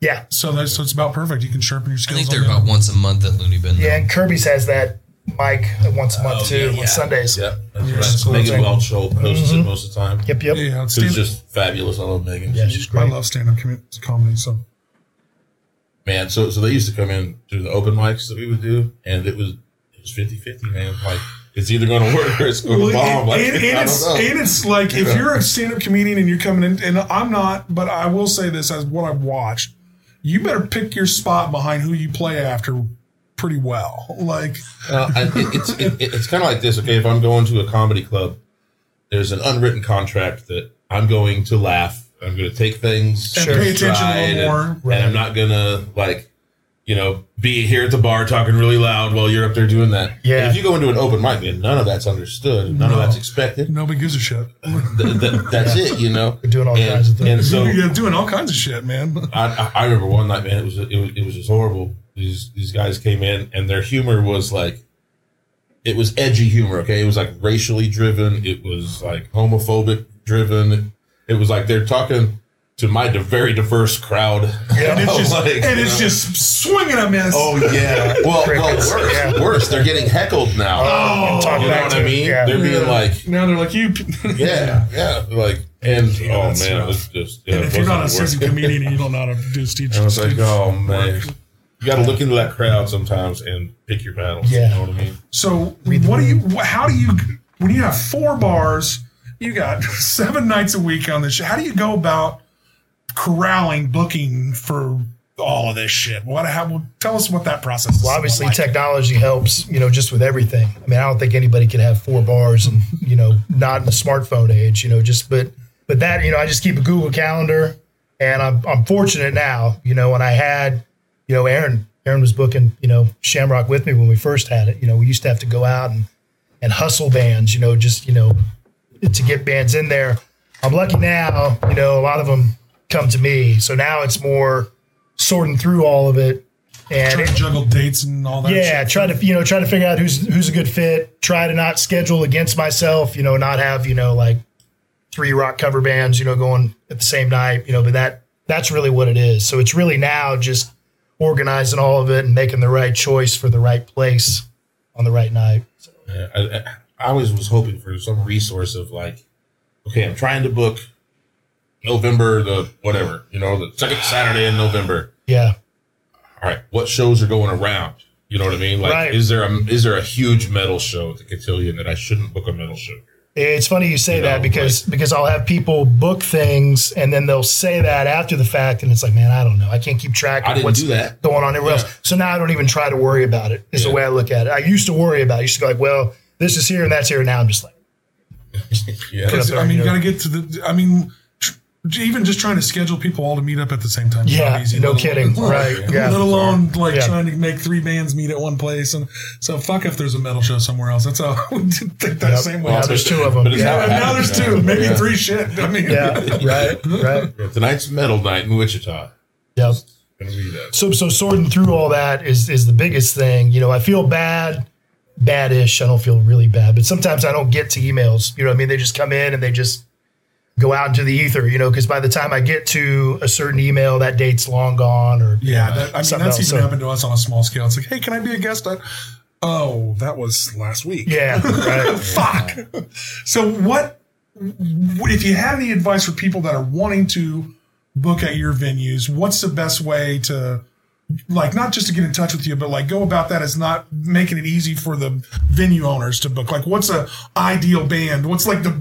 Speaker 4: Yeah.
Speaker 2: So that's so it's about perfect. You can sharpen your
Speaker 6: I
Speaker 2: skills.
Speaker 6: think
Speaker 2: on
Speaker 6: they're
Speaker 2: that.
Speaker 6: about once a month at Looney Bin. though.
Speaker 4: Yeah, and Kirby's has that mic once a month
Speaker 3: Oh,
Speaker 4: too
Speaker 3: yeah,
Speaker 4: on
Speaker 3: yeah.
Speaker 4: Sundays.
Speaker 3: Yeah, that's
Speaker 2: Yeah,
Speaker 3: right.
Speaker 2: so it's
Speaker 3: Megan
Speaker 2: like-
Speaker 3: Welch hosts it most of the time.
Speaker 4: Mm-hmm. Yep, yep.
Speaker 2: yeah. it's
Speaker 3: Who's
Speaker 2: Stand-
Speaker 3: just fabulous. I love Megan.
Speaker 4: Yeah,
Speaker 3: She's
Speaker 4: she's
Speaker 2: I
Speaker 4: great.
Speaker 2: love stand-up com- comedy. So
Speaker 3: man so so they used to come in through the open mics that we would do and it was it was 50 50 man like it's either going to work or it's going to bomb
Speaker 2: and,
Speaker 3: like
Speaker 2: and- and
Speaker 3: I
Speaker 2: it's,
Speaker 3: don't know.
Speaker 2: and it's like if
Speaker 3: Yeah.
Speaker 2: you're a stand-up comedian and you're coming in, and I'm not, but I will say this as what I've watched, you better pick your spot behind who you play after pretty well. Like
Speaker 3: Uh, I- it- it's it, it's kind of like this. Okay, if I'm going to a comedy club, there's an unwritten contract that I'm going to laugh. I'm going to take things
Speaker 2: And pay attention a
Speaker 3: stride,
Speaker 2: little
Speaker 3: and-
Speaker 2: more,
Speaker 3: and,
Speaker 2: right.
Speaker 3: I'm not gonna like you know be here at the bar talking really loud while you're up there doing that.
Speaker 4: Yeah.
Speaker 3: And if you go into an open mic, man, none of that's understood. None of that's expected.
Speaker 2: nobody gives a shit.
Speaker 3: Th- th- that's it. You know,
Speaker 4: We're doing all
Speaker 3: and,
Speaker 4: kinds of things.
Speaker 3: And so
Speaker 2: You're doing all kinds of shit, man.
Speaker 3: I, I- I remember one night, man, it was it was, it was just horrible. These these guys came in and their humor was like, it was edgy humor. Okay, it was like racially driven. It was like homophobic driven. It was like they're talking to my di- very diverse crowd.
Speaker 2: And it's just
Speaker 3: Like,
Speaker 2: and
Speaker 3: you
Speaker 2: it's
Speaker 3: know.
Speaker 2: just swinging a miss.
Speaker 3: Oh yeah. Well, well,
Speaker 4: Crickets,
Speaker 3: worse,
Speaker 4: yeah.
Speaker 3: worse. They're getting heckled now.
Speaker 2: Oh,
Speaker 4: Talk
Speaker 3: you know
Speaker 4: back
Speaker 3: what
Speaker 4: to
Speaker 3: I
Speaker 4: it,
Speaker 3: mean?
Speaker 4: Yeah.
Speaker 3: They're being like,
Speaker 2: now they're like you.
Speaker 3: yeah, yeah, like, and oh
Speaker 2: that's
Speaker 3: man, it
Speaker 2: rough.
Speaker 3: was just. yeah,
Speaker 2: and
Speaker 3: it
Speaker 2: if you're
Speaker 3: wasn't
Speaker 2: not a
Speaker 3: worth
Speaker 2: seasoned
Speaker 3: it.
Speaker 2: comedian, and you don't know how to do teach.
Speaker 3: I was like, oh man, you got to look into that crowd sometimes and pick your battles.
Speaker 4: Yeah.
Speaker 3: You know what I mean?
Speaker 2: So what do you? wh- How do you? When you have four bars, you got seven nights a week on this. shit, How do you go about corralling booking for all of this shit? What? How? Tell us what that process. is
Speaker 4: Well, obviously,
Speaker 2: like.
Speaker 4: technology helps, you know, just with everything. I mean, I don't think anybody could have four bars and, you know, not in the smartphone age, you know, just, but, but that, you know, I just keep a Google Calendar and I'm, I'm fortunate now, you know, and I had, you know, Aaron, Aaron was booking, you know, Shamrock with me when we first had it. You know, we used to have to go out and, and hustle bands, you know, just, you know, to get bands in there. I'm lucky now, you know, a lot of them come to me. So now it's more sorting through all of it. And
Speaker 2: Trying to juggle dates and all that.
Speaker 4: yeah,
Speaker 2: shit.
Speaker 4: try to you know try to figure out who's who's a good fit. Try to not schedule against myself. You know, not have you know like three rock cover bands you know going at the same night. You know, but that that's really what it is. So it's really now just organizing all of it and making the right choice for the right place on the right night.
Speaker 3: Yeah, I, I- I always was hoping for some resource of like, okay, I'm trying to book November the whatever, you know, the second Saturday in November.
Speaker 4: Yeah,
Speaker 3: All right, what shows are going around? You know what I mean? Like,
Speaker 4: Right.
Speaker 3: is there a is there a huge metal show at the Cotillion that I shouldn't book a metal show?
Speaker 4: It's funny you say
Speaker 3: You
Speaker 4: that
Speaker 3: know,
Speaker 4: because because I'll have people book things and then they'll say that after the fact, and it's like, man, I don't know, I can't keep track
Speaker 3: I
Speaker 4: of
Speaker 3: didn't
Speaker 4: what's
Speaker 3: do that.
Speaker 4: going on everywhere
Speaker 3: Yeah.
Speaker 4: else. So now I don't even try to worry about it. Is
Speaker 3: Yeah.
Speaker 4: the way I look at it. I used to worry about. it. I used to go like, well, this is here and that's here. Now I'm just like,
Speaker 3: Yeah,
Speaker 2: I mean, you got to get to the. I mean, tr- even just trying to schedule people all to meet up at the same time. is
Speaker 4: Yeah,
Speaker 2: not easy,
Speaker 4: no
Speaker 2: let
Speaker 4: kidding,
Speaker 2: alone-
Speaker 4: right, yeah.
Speaker 2: Let alone like
Speaker 4: Yeah.
Speaker 2: trying to make three bands meet at one place, and so fuck if there's a metal show somewhere else. That's how we did think that
Speaker 4: Yep.
Speaker 2: same way.
Speaker 4: Well, there's two of them.
Speaker 3: But it's
Speaker 4: Yeah.
Speaker 3: how it
Speaker 2: and now
Speaker 3: happens
Speaker 2: there's two,
Speaker 3: now.
Speaker 2: maybe
Speaker 3: Yeah.
Speaker 2: three. Shit, I mean,
Speaker 4: yeah, right, right,
Speaker 3: Yeah, Tonight's metal night in Wichita.
Speaker 4: yeah.
Speaker 3: Gonna be that.
Speaker 4: So so sorting through all that is is the biggest thing. You know, I feel bad, bad-ish. I don't feel really bad, but sometimes I don't get to emails. You know, what I mean, they just come in and they just go out into the ether. You know, because by the time I get to a certain email, that date's long gone or
Speaker 2: yeah. That, I mean,
Speaker 4: Something
Speaker 2: that's
Speaker 4: else,
Speaker 2: even
Speaker 4: so-
Speaker 2: happened to us on a small scale. It's like, hey, can I be a guest on? Oh, that was last week.
Speaker 4: yeah, right.
Speaker 2: Fuck. So what if you had any advice for people that are wanting to book at your venues, what's the best way to like not just to get in touch with you, but like go about that as not making it easy for the venue owners to book. Like what's a ideal band? What's like the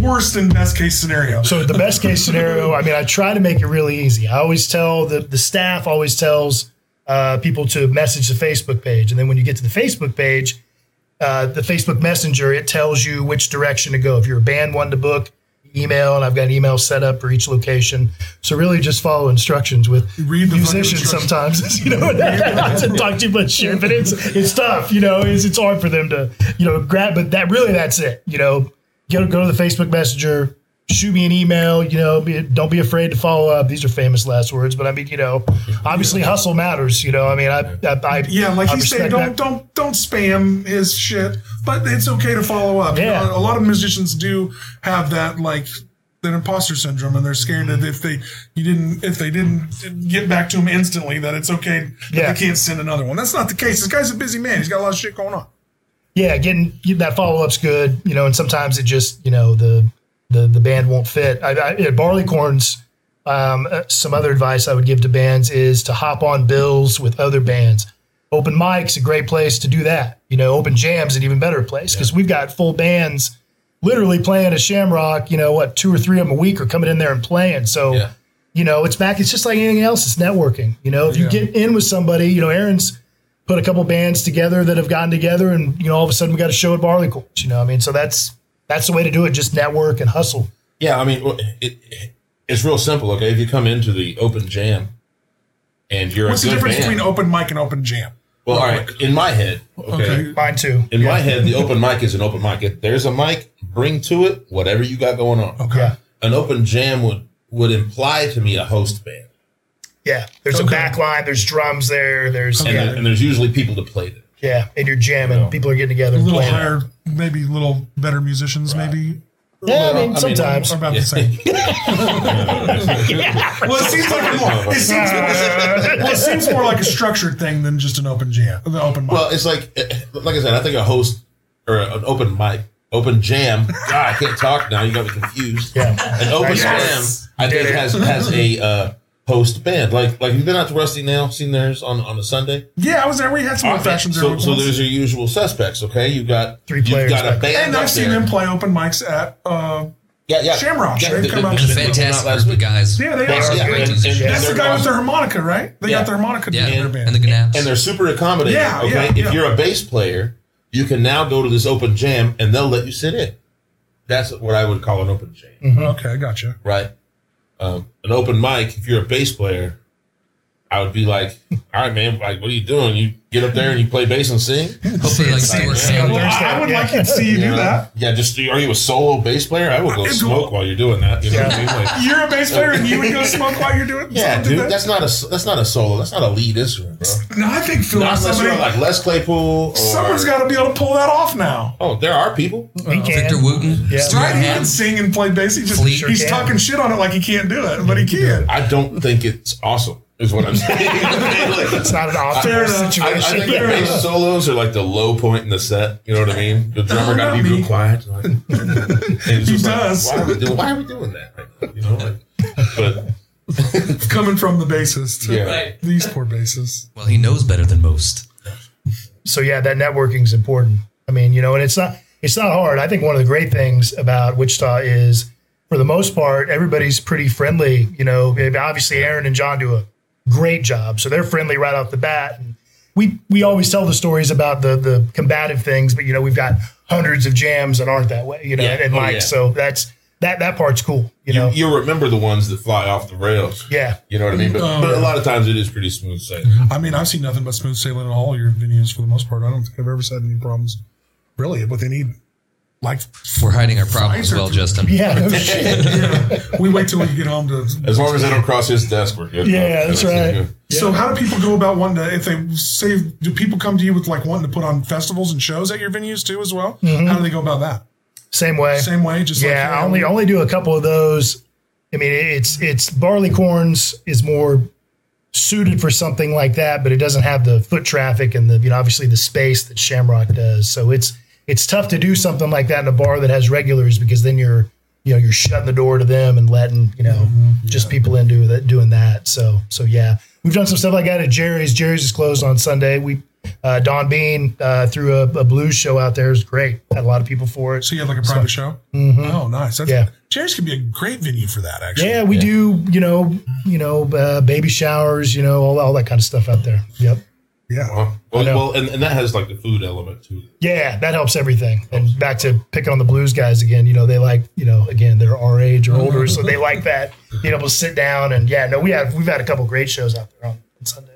Speaker 2: worst and best case scenario?
Speaker 4: So the best case scenario, I mean, I try to make it really easy. I always tell the the staff always tells uh, people to message the Facebook page, and then when you get to the Facebook page, uh, the Facebook Messenger it tells you which direction to go. If you're a band one to book, email, and I've got an email set up for each location. So really, just follow instructions with
Speaker 2: Read the fucking
Speaker 4: musicians.
Speaker 2: instructions.
Speaker 4: Sometimes you know, not to talk too much shit, but it's it's tough. You know, it's it's hard for them to you know grab. But that really, that's it. You know, go go to the Facebook Messenger. Shoot me an email, you know. Be, don't be afraid to follow up. These are famous last words, but I mean, you know, obviously hustle matters. You know, I mean, I, I, I
Speaker 2: yeah, like
Speaker 4: I
Speaker 2: he said,
Speaker 4: respect
Speaker 2: don't don't
Speaker 4: that.
Speaker 2: don't spam his shit, but it's okay to follow up. You
Speaker 4: Yeah.
Speaker 2: know, a lot of musicians do have that like that imposter syndrome, and they're scared that if they you didn't if they didn't get back to him instantly, that it's okay that
Speaker 4: Yeah.
Speaker 2: they can't send another one. That's not the case. This guy's a busy man. He's got a lot of shit going on.
Speaker 4: yeah, getting getting that follow up's good, you know. And sometimes it just, you know, the the the band won't fit. I, I, at Barleycorns, um, uh, some other advice I would give to bands is to hop on bills with other bands. Open mics a great place to do that. You know, open jams an even better place because we've got full bands literally playing a Shamrock. You know what, two or three of them a week are coming in there and playing. So
Speaker 3: Yeah.
Speaker 4: you know, it's back. It's just like anything else. It's networking. You know, if you get in with somebody, you know, Aaron's put a couple bands together that have gotten together, and you know, all of a sudden we got a show at Barley Court. You know, what I mean, so that's that's the way to do it. Just network and hustle.
Speaker 3: Yeah, I mean, well, it, it's real simple. Okay, if you come into the open jam, and you're
Speaker 2: What's
Speaker 3: a
Speaker 2: the
Speaker 3: good
Speaker 2: difference
Speaker 3: band.
Speaker 2: between open mic and open jam?
Speaker 3: well, all right, in my head, okay,
Speaker 2: Okay.
Speaker 4: Mine too.
Speaker 3: in my head, the open mic is an open mic. If there's a mic, bring to it whatever you got going on.
Speaker 2: Okay.
Speaker 4: Yeah.
Speaker 3: An open jam would would imply to me a host band,
Speaker 4: Yeah, there's a
Speaker 2: Okay.
Speaker 4: back line. There's drums there. There's
Speaker 3: and,
Speaker 4: yeah,
Speaker 3: there- and there's usually people to play it.
Speaker 4: yeah, and you're jamming. People are getting together.
Speaker 2: A
Speaker 4: and
Speaker 2: little
Speaker 4: playing.
Speaker 2: higher, maybe a little better musicians, maybe.
Speaker 4: Yeah, I
Speaker 3: I
Speaker 4: mean
Speaker 3: mean,
Speaker 4: sometimes.
Speaker 2: Or about the same. Well, it seems like more. It seems, well, it seems more like a structured thing than just an open jam, the open mic.
Speaker 3: Well, it's like like I said, I think a host or an open mic, open jam. God, I can't talk now. You got me confused.
Speaker 4: Yeah.
Speaker 3: An open
Speaker 4: Yes.
Speaker 3: jam, I think
Speaker 4: Did it.
Speaker 3: has has a uh, host band. Like like you've been out to Rusty Nail, seen theirs on on a Sunday.
Speaker 2: yeah, I was there. We had some old fashions there.
Speaker 3: So, so
Speaker 2: once.
Speaker 3: there's your usual suspects. Okay, you got
Speaker 4: Three
Speaker 3: You've
Speaker 4: players
Speaker 3: got a
Speaker 4: back
Speaker 3: band.
Speaker 2: and
Speaker 3: up
Speaker 2: I've seen
Speaker 3: there.
Speaker 2: them play open mics at. Uh,
Speaker 3: Yeah, yeah.
Speaker 2: Shamrock.
Speaker 3: Yeah,
Speaker 2: They've
Speaker 3: the-
Speaker 2: come
Speaker 3: the-
Speaker 2: out-
Speaker 3: the-
Speaker 2: And
Speaker 3: the-
Speaker 6: fantastic
Speaker 3: not last
Speaker 6: group of
Speaker 3: week.
Speaker 6: guys.
Speaker 2: yeah, they
Speaker 3: Yeah,
Speaker 2: are.
Speaker 3: yeah,
Speaker 6: Great
Speaker 3: and- and-
Speaker 6: musicians.
Speaker 3: and
Speaker 2: That's the
Speaker 3: they're
Speaker 2: guy with
Speaker 3: awesome.
Speaker 2: their harmonica, right? They
Speaker 6: Yeah.
Speaker 2: got their harmonica
Speaker 6: Yeah,
Speaker 2: in their band.
Speaker 6: and the Gnaps.
Speaker 3: and they're super accommodating.
Speaker 2: Yeah,
Speaker 3: okay,
Speaker 2: yeah,
Speaker 3: if
Speaker 2: yeah.
Speaker 3: you're a bass player, you can now go to this open jam and they'll let you sit in. That's what I would call an open jam,
Speaker 2: okay, I gotcha.
Speaker 3: right? Um, an open mic. If you're a bass player, I would be like, "All right, man, like, what are you doing? You get up there and you play bass and sing."
Speaker 6: Hopefully, like
Speaker 4: Same,
Speaker 6: Stuart
Speaker 4: same.
Speaker 6: Campbell.
Speaker 2: Well, I would
Speaker 4: Yeah.
Speaker 2: like to see you do that.
Speaker 3: Yeah, just are you a solo bass player? I will go
Speaker 2: I-
Speaker 3: smoke while you're doing that. You know what I mean? Like,
Speaker 2: You're a bass player, and you would go smoke while you're doing.
Speaker 3: yeah,
Speaker 2: something
Speaker 3: dude,
Speaker 2: like
Speaker 3: that's not a that's not a solo. That's not a lead instrument, bro.
Speaker 2: that? no, I think Phil.
Speaker 3: Not unless
Speaker 2: somebody,
Speaker 3: you're like Les Claypool. Or,
Speaker 2: someone's got to be able to pull that off now.
Speaker 3: Oh, there are people.
Speaker 4: He can.
Speaker 6: Victor Wooten.
Speaker 4: Yeah.
Speaker 6: Stuart
Speaker 2: Right? He
Speaker 6: Ham.
Speaker 2: can sing and play bass. He just
Speaker 6: Fleet.
Speaker 2: he's
Speaker 4: Sure can.
Speaker 2: talking shit on it like he can't do it, but he can.
Speaker 3: I don't think it's awesome, is what I'm saying.
Speaker 4: It's not an
Speaker 2: Fair
Speaker 4: optimal
Speaker 2: enough.
Speaker 3: I, I
Speaker 4: situation.
Speaker 3: think the bass solos are like the low point in the set. You know what I mean? The drummer got to
Speaker 2: not
Speaker 3: be real
Speaker 2: me.
Speaker 3: quiet. Like, and it's
Speaker 2: He
Speaker 3: just like,
Speaker 2: does.
Speaker 3: why, are we doing, why are we doing that right now? You know, like, but
Speaker 2: Coming from the bassist,
Speaker 3: Yeah.
Speaker 5: Right.
Speaker 2: These poor bassists.
Speaker 6: Well, he knows better than most.
Speaker 4: so yeah, that networking's important. I mean, you know, and it's not it's not hard. I think one of the great things about Wichita is, for the most part, everybody's pretty friendly. You know, obviously Aaron and John do a great job, so they're friendly right off the bat. And we we always tell the stories about the the combative things, but you know, we've got hundreds of jams that aren't that way. You know,
Speaker 3: Yeah.
Speaker 4: and
Speaker 3: Oh,
Speaker 4: like
Speaker 3: yeah.
Speaker 4: so that's that that part's cool. You know,
Speaker 3: you, you remember the ones that fly off the rails.
Speaker 4: yeah.
Speaker 3: You know what I mean? But, but a lot of times it is pretty smooth sailing.
Speaker 2: I mean, I've seen nothing but smooth sailing in all your venues for the most part. I don't think I've ever had any problems, really, with any. Like
Speaker 6: We're hiding our problems well, Justin.
Speaker 4: Yeah, no shit.
Speaker 2: we wait till we get home to.
Speaker 3: As long as they don't cross his desk, we're good.
Speaker 4: Yeah, that's right.
Speaker 2: So, how do people go about wanting to? If they say, do people come to you with like wanting to put on festivals and shows at your venues too, as well? How do they go about that?
Speaker 4: Same way.
Speaker 2: Same way, just
Speaker 4: Mm-hmm. yeah,
Speaker 2: Like,
Speaker 4: I only only do a couple of those. I mean, it's it's barleycorns is more suited for something like that, but it doesn't have the foot traffic and the you know obviously the space that Shamrock does. So it's it's tough to do something like that in a bar that has regulars because then you're you know you're shutting the door to them and letting you know
Speaker 2: Mm-hmm.
Speaker 4: just people into that doing that. So so yeah, we've done some stuff like that at Jerry's. Jerry's is closed on Sunday. We uh, Don Bean uh, threw a, a blues show out there. It was great. Had a lot of people for it.
Speaker 2: So you had like a private show. Oh, nice. That's,
Speaker 4: Mm-hmm. Yeah.
Speaker 2: Jerry's could be a great venue for that. Actually,
Speaker 4: Yeah, we do. You know, you know, uh, baby showers. You know, all, all that kind of stuff out there. Yep.
Speaker 2: yeah.
Speaker 3: Well, well,
Speaker 4: know.
Speaker 3: well and, and that has like the food element too.
Speaker 4: Yeah, that helps everything. And back to picking on the blues guys again. You know, they like you know again they're our age or older, so they like that being able to sit down and yeah. No, we have we've had a couple great shows out there on, on Sunday.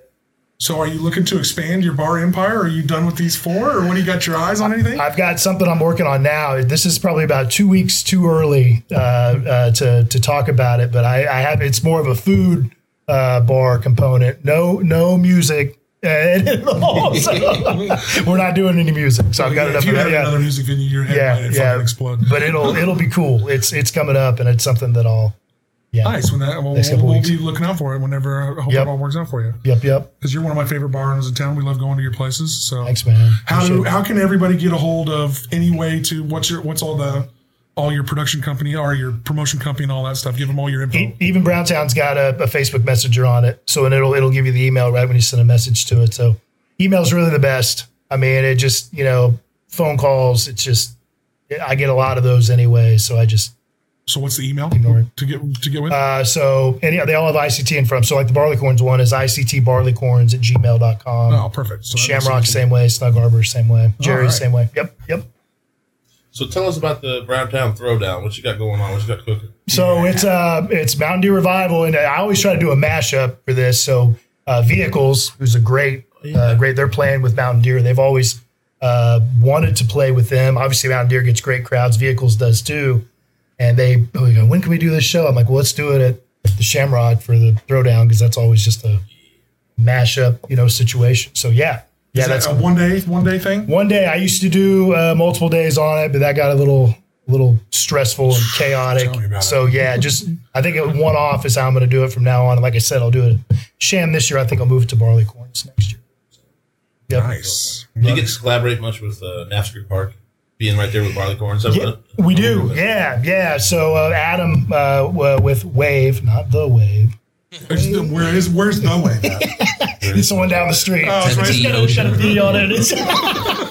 Speaker 2: So, are you looking to expand your bar empire? Are you done with these four, or what? Do you got your eyes on anything?
Speaker 4: I've got something I'm working on now. This is probably about two weeks too early uh, uh, to to talk about it, but I, I have it's more of a food uh, bar component. No no music. And also, we're not doing any music, so I've got
Speaker 2: if
Speaker 4: enough
Speaker 2: you
Speaker 4: of
Speaker 2: had
Speaker 4: that. Yeah,
Speaker 2: another music venue, your head might
Speaker 4: yeah,
Speaker 2: fucking
Speaker 4: yeah.
Speaker 2: explode.
Speaker 4: But it'll it'll be cool. It's it's coming up, and it's something that I'll. Yeah.
Speaker 2: nice when that. Well,
Speaker 4: Next
Speaker 2: we'll,
Speaker 4: couple
Speaker 2: we'll
Speaker 4: weeks.
Speaker 2: be looking out for it whenever. I hope
Speaker 4: Yep.
Speaker 2: it all works out for you
Speaker 4: Yep. Yep.
Speaker 2: because you're one of my favorite bar owners in town. We love going to your places. So
Speaker 4: Thanks, man.
Speaker 2: How do,
Speaker 4: Appreciate it.
Speaker 2: how can everybody get a hold of any way to what's your what's all the all your production company or your promotion company and all that stuff? Give them all your info.
Speaker 4: E- Even Browntown's got a, a Facebook Messenger on it, so and it'll it'll give you the email right when you send a message to it. So email's really the best. I mean, it just you know phone calls. It's just I get a lot of those anyway, so I just
Speaker 2: So what's the email
Speaker 4: Ignore it.
Speaker 2: to get to get with?
Speaker 4: Uh, so and yeah, they all have ICT in front. So like the barleycorns one is ictbarleycorns at gmail.com.
Speaker 2: oh, perfect. So that makes
Speaker 4: Shamrock,
Speaker 2: sense.
Speaker 4: same way. Snug Arbor, same way. Jerry,
Speaker 2: right.
Speaker 4: same way. Yep, yep.
Speaker 3: So tell us about the Browntown Throwdown. What you got going on? What you got cooking?
Speaker 4: So it's uh it's Mountain Dew Revival, and I always try to do a mashup for this. So uh, vehicles, who's a great, uh, great, they're playing with Mountain Deer. They've always uh, wanted to play with them. Obviously, Mountain Deer gets great crowds. Vehicles does too, and they oh, you know, when can we do this show? I'm like, well, let's do it at the Shamrock for the Throwdown because that's always just a mashup, you know, situation. So yeah, yeah,
Speaker 2: Is that
Speaker 4: that's
Speaker 2: a one day one day thing.
Speaker 4: one day I used to do uh, multiple days on it, but that got a little little stressful and chaotic.
Speaker 2: Tell me about
Speaker 4: So yeah, just I think it one off is how I'm going to do it from now on. And like I said, I'll do it at Sham this year. I think I'll move it to Barleycorns next year. Yep.
Speaker 2: Nice.
Speaker 3: Do you get to collaborate much with uh, Massacre Park, being right there with Barleycorns?
Speaker 4: Yeah, we do. Yeah, yeah. So uh, Adam uh, w- with Wave, not the Wave.
Speaker 2: There's the- Where is where's the way? at?
Speaker 4: It's the one down the street.
Speaker 2: Oh, it's right.
Speaker 6: Tennessee
Speaker 2: It
Speaker 4: Gotta- gotta
Speaker 6: Ocean.
Speaker 4: be on it. It's-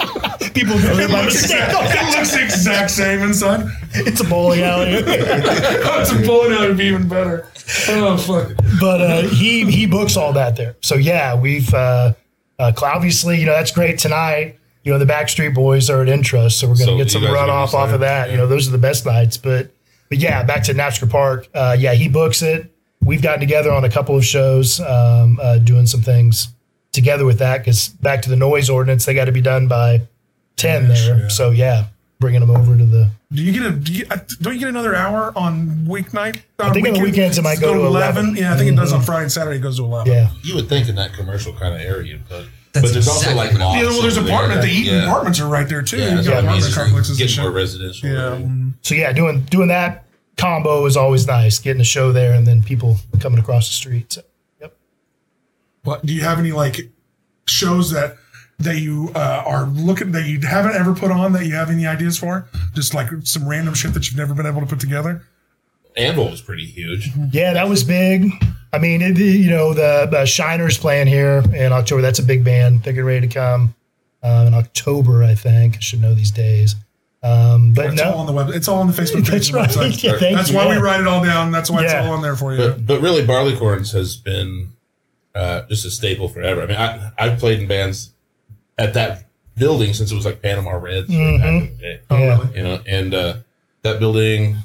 Speaker 4: People do it by
Speaker 2: looks
Speaker 4: mistake.
Speaker 2: exact- it looks the exact same inside.
Speaker 4: It's a bowling alley.
Speaker 2: That's a bullet out would be even better. Oh fuck.
Speaker 4: but uh, he he books all that there. So yeah, we've uh, uh, obviously you know that's great tonight. You know the Backstreet Boys are at interest, so we're going to
Speaker 3: So
Speaker 4: get
Speaker 3: you
Speaker 4: some
Speaker 3: guys are
Speaker 4: run
Speaker 3: gonna
Speaker 4: off
Speaker 3: be
Speaker 4: off of
Speaker 3: there,
Speaker 4: that. You
Speaker 3: yeah.
Speaker 4: know those are the best nights. But but yeah, back to Napster Park. Uh, yeah, he books it. We've gotten together on a couple of shows, um, uh, doing some things together with that because back to the noise ordinance, they got to be done by ten there. So yeah, bringing them over to the
Speaker 2: Do you get a do you, uh, don't you get another hour on weeknight? I
Speaker 4: think on the weekends it might go to 11.
Speaker 2: Yeah, I think it does on Friday and Saturday. It goes to eleven.
Speaker 4: yeah.
Speaker 3: You would think in that commercial kind of area, but
Speaker 6: That's
Speaker 3: but there's
Speaker 6: exactly
Speaker 3: also like
Speaker 6: what I-
Speaker 3: lots
Speaker 2: Yeah, well, there's
Speaker 3: over
Speaker 2: apartment.
Speaker 3: there.
Speaker 2: The Eaton
Speaker 3: yeah.
Speaker 2: apartments are right there too.
Speaker 3: Yeah,
Speaker 2: You've
Speaker 3: that's
Speaker 2: got
Speaker 3: what I mean.
Speaker 2: apartment complexes and
Speaker 3: Get more
Speaker 2: shit.
Speaker 3: residential.
Speaker 2: Yeah, mm,
Speaker 4: So yeah, doing doing that combo is always nice. Getting a show there and then people coming across the street. So, yep.
Speaker 2: But do you have any like shows that that you uh, are looking that you haven't ever put on that you have any ideas for? Just like some random shit that you've never been able to put together.
Speaker 3: Anvil was pretty huge.
Speaker 4: Yeah, that was big. I mean, it, you know, the uh, Shiners playing here in October. That's a big band. They're getting ready to come uh, in October, I think. I should know these days. Um, but
Speaker 2: It's all
Speaker 4: no,
Speaker 2: on the web. It's all on the Facebook page.
Speaker 4: that's
Speaker 2: and
Speaker 4: right.
Speaker 2: website.
Speaker 4: Yeah, thank
Speaker 2: That's
Speaker 4: you.
Speaker 2: why we
Speaker 4: Yeah.
Speaker 2: write it all down. That's why it's
Speaker 4: Yeah.
Speaker 2: all on there for you.
Speaker 3: But but really, Barleycorns has been uh, just a staple forever. I mean, I I've played in bands at that building since it was like Panama Reds. back
Speaker 2: Mm-hmm.
Speaker 3: in the
Speaker 2: Oh,
Speaker 3: day.
Speaker 4: Yeah.
Speaker 3: You know, and uh, that building,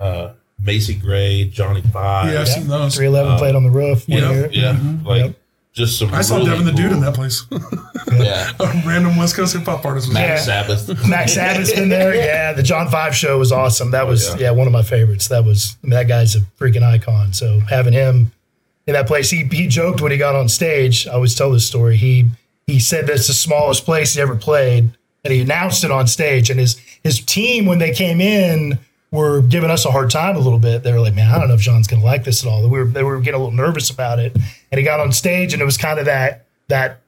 Speaker 3: uh, Macy Gray, Johnny Five.
Speaker 2: yeah, I've seen those. Uh,
Speaker 4: 311 played on the roof. one
Speaker 2: yeah, Mm-hmm.
Speaker 4: year.
Speaker 3: Yeah, like just some.
Speaker 2: I saw
Speaker 3: really
Speaker 2: Devin the Dude
Speaker 3: cool-
Speaker 2: in that place.
Speaker 3: Yeah,
Speaker 2: a random West Coast hip hop artist was
Speaker 3: Matt
Speaker 2: there.
Speaker 4: Yeah.
Speaker 3: Sabbath.
Speaker 4: Max Abbott's been there. Yeah, the John Five show was awesome. That was
Speaker 3: yeah.
Speaker 4: yeah. one of my favorites. That was I mean, that guy's a freaking icon. So having him in that place, he he joked when he got on stage. I always tell this story. He he said that's the smallest place he ever played, and he announced it on stage. And his his team when they came in were giving us a hard time a little bit. They were like, "Man, I don't know if John's going to like this at all." We were they were getting a little nervous about it. And he got on stage, and it was kind of that that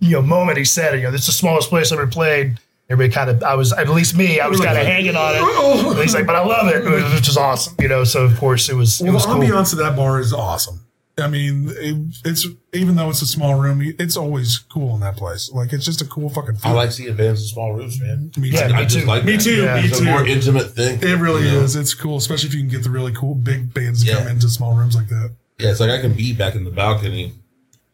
Speaker 4: you know moment he said it. You know, this is the smallest place I ever played. Everybody kind of, I was at least me, I was kind of hanging on
Speaker 2: Oh.
Speaker 4: it. And he's like, but I love it, which is awesome, you know. So of course it was, it
Speaker 2: Well,
Speaker 4: was
Speaker 2: the
Speaker 4: cool.
Speaker 2: ambiance of that bar is awesome. I mean, it, it's even though it's a small room, it's always cool in that place. Like it's just a cool fucking.
Speaker 3: I
Speaker 2: Feel.
Speaker 3: like seeing bands in small roofs, man.
Speaker 2: me
Speaker 4: Yeah,
Speaker 2: too.
Speaker 3: I just
Speaker 4: too.
Speaker 3: like
Speaker 2: Me
Speaker 3: that.
Speaker 2: too.
Speaker 4: Yeah.
Speaker 2: me
Speaker 3: It's a more
Speaker 2: too.
Speaker 3: intimate thing.
Speaker 2: It really
Speaker 3: you know?
Speaker 2: is. It's cool, especially if you can get the really cool big bands to
Speaker 3: Yeah.
Speaker 2: come into small rooms like that.
Speaker 3: Yeah, it's like I can be back in the balcony,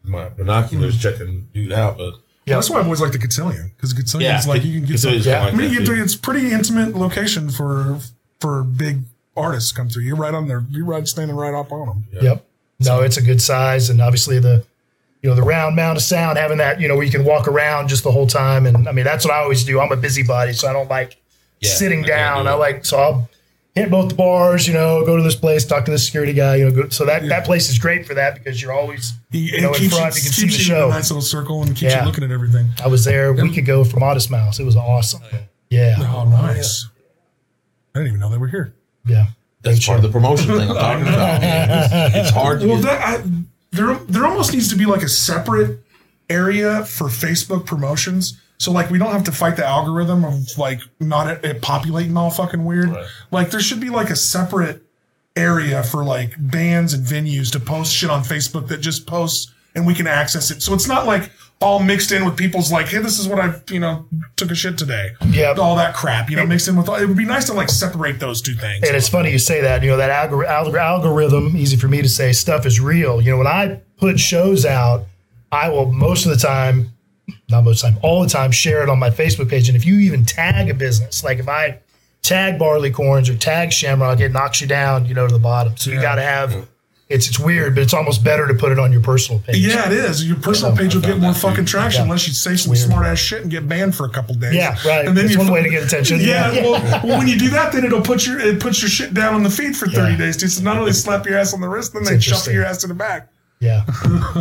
Speaker 3: my binoculars
Speaker 2: Mm-hmm.
Speaker 3: checking dude out, but
Speaker 4: Yeah.
Speaker 2: That's why I've always liked the Cotillion because Cotillion
Speaker 3: yeah,
Speaker 2: is like you can get. To,
Speaker 4: yeah.
Speaker 2: I mean, you get to, it's pretty intimate location for for big artists to come through. You're right on there. You're right standing right up on them.
Speaker 4: Yep. No, it's a good size, and obviously the, you know, the round mound of sound, having that, you know, where you can walk around just the whole time, and I mean that's what I always do. I'm a busybody, so I don't like
Speaker 3: Yeah, I
Speaker 4: sitting
Speaker 3: can't
Speaker 4: down.
Speaker 3: do
Speaker 4: I
Speaker 3: it.
Speaker 4: like so I'll hit both the bars, you know, go to this place, talk to this security guy, you know. Go, so that that place is great for that because you're always you know in front, you can see the
Speaker 2: you in a
Speaker 4: show.
Speaker 2: nice little circle and keeps
Speaker 4: Yeah.
Speaker 2: you looking at everything.
Speaker 4: I was there a week ago for Modest Mouse. It was awesome. Yeah,
Speaker 2: Oh, nice. I didn't even know they were here.
Speaker 4: yeah.
Speaker 3: that's part of the promotion thing I'm talking about. man. It's, it's hard to
Speaker 2: Well,
Speaker 3: get.
Speaker 2: that I, there there almost needs to be like a separate area for Facebook promotions. So like we don't have to fight the algorithm of like not it, it populating all fucking weird. Like there should be like a separate area for like bands and venues to post shit on Facebook that just posts and we can access it. So it's not like all mixed in with people's like, hey, this is what I you know took a shit today.
Speaker 4: Yep.
Speaker 2: all that crap. You know, mixed in with. All, it would be nice to like separate those two things.
Speaker 4: And it's funny you say that. You know that algor- algor- algorithm, easy for me to say, stuff is real. You know when I put shows out, I will most of the time, not most of the time, all the time, share it on my Facebook page. And if you even tag a business, like if I tag Barleycorns or tag Shamrock, it knocks you down, you know, to the bottom. So you got to have. It's it's weird, but it's almost better to put it on your personal page.
Speaker 2: Yeah, it is. Your personal page will get more fucking traction
Speaker 4: Yeah.
Speaker 2: unless you say some smart ass shit and get banned for a couple days.
Speaker 4: Yeah, right.
Speaker 2: And then
Speaker 4: That's
Speaker 2: you're
Speaker 4: one
Speaker 2: fu-
Speaker 4: way to get attention.
Speaker 2: Yeah,
Speaker 4: Yeah.
Speaker 2: Well, well, when you do that, then it'll put your it puts your shit down on the feed for thirty days. Dude. So not only slap your ass on the wrist, then they shuffle
Speaker 4: interesting.
Speaker 2: your ass to the back.
Speaker 4: Yeah.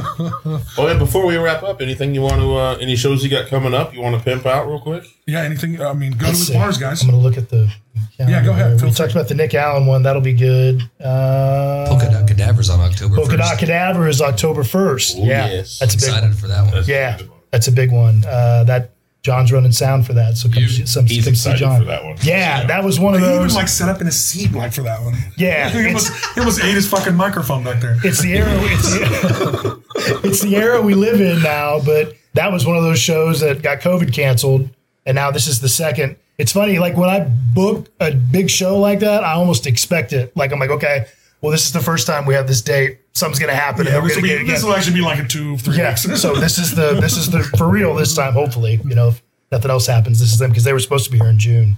Speaker 3: Oh, and before we wrap up, anything you want to, uh, any shows you got coming up, you want to pimp out real quick?
Speaker 2: Yeah, anything. I mean, go to
Speaker 4: Let's
Speaker 2: his
Speaker 4: see.
Speaker 2: bars, guys.
Speaker 4: I'm going to look at the.
Speaker 2: Yeah, go ahead.
Speaker 4: calendar.
Speaker 2: Feel
Speaker 4: We
Speaker 2: free.
Speaker 4: talked about the Nick Allen one. That'll be good. Uh,
Speaker 6: Polka Dot Cadavers on October
Speaker 4: Polka
Speaker 6: 1st.
Speaker 4: Dot Cadaver is October 1st.
Speaker 3: Ooh,
Speaker 4: yeah.
Speaker 3: Oh, yes.
Speaker 4: That's a big
Speaker 6: Excited for that one.
Speaker 3: That's-
Speaker 4: Yeah. That's a big one. Uh, that John's running sound for that. So come,
Speaker 6: You-
Speaker 4: see- some,
Speaker 3: He's
Speaker 4: come see
Speaker 3: excited
Speaker 4: John.
Speaker 3: for that one.
Speaker 4: Yeah, that was one of
Speaker 2: He even
Speaker 4: those.
Speaker 2: like set up in a seat like for that one.
Speaker 4: Yeah,
Speaker 2: he almost, he almost ate his fucking microphone back there.
Speaker 4: it's the era. It's the, it's the era we live in now. But that was one of those shows that got COVID canceled, and now this is the second. It's funny, like when I book a big show like that, I almost expect it. Like I'm like, okay, well, this is the first time we have this date. Something's gonna happen.
Speaker 2: Yeah,
Speaker 4: and we're
Speaker 2: this,
Speaker 4: gonna
Speaker 2: will
Speaker 4: get
Speaker 2: be,
Speaker 4: it again.
Speaker 2: this will actually be like a two, three
Speaker 4: Yeah.
Speaker 2: weeks.
Speaker 4: So this is the this is the for real this time. Hopefully, you know, if nothing else happens, this is them because they were supposed to be here in June.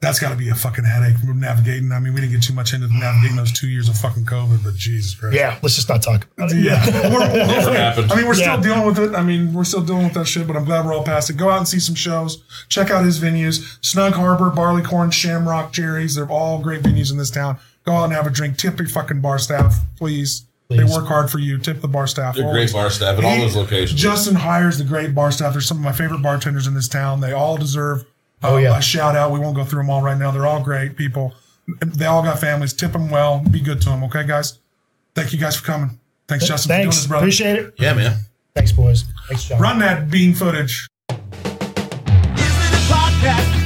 Speaker 2: That's got to be a fucking headache from navigating. I mean, we didn't get too much into navigating those two years of fucking COVID, but Jesus Christ.
Speaker 4: Yeah. Let's just not talk about it.
Speaker 2: Uh, Yeah. We're- we're-
Speaker 3: happened.
Speaker 2: I mean, we're
Speaker 4: Yeah.
Speaker 2: still dealing with it. I mean, we're still dealing with that shit, but I'm glad we're all past it. Go out and see some shows. Check out his venues Snug Harbor, Barleycorn, Shamrock, Jerry's. They're all great venues in this town. Go out and have a drink. Tip your fucking bar staff, please. They work hard for you. Tip the bar staff.
Speaker 3: They're
Speaker 2: always.
Speaker 3: great bar staff at all
Speaker 2: He-
Speaker 3: those locations.
Speaker 2: Justin hires the great bar staff. They're some of my favorite bartenders in this town. They all deserve uh,
Speaker 4: Oh, yeah.
Speaker 2: a shout out. We won't go through them all right now. They're all great people. They all got families. Tip them well. Be good to them. Okay, guys? Thank you guys for coming. Thanks, Justin, for doing
Speaker 4: Thanks.
Speaker 2: this, brother.
Speaker 4: Appreciate it.
Speaker 3: yeah, man.
Speaker 4: Thanks, boys. Thanks, John.
Speaker 2: Run that bean footage.
Speaker 1: Is it a podcast? E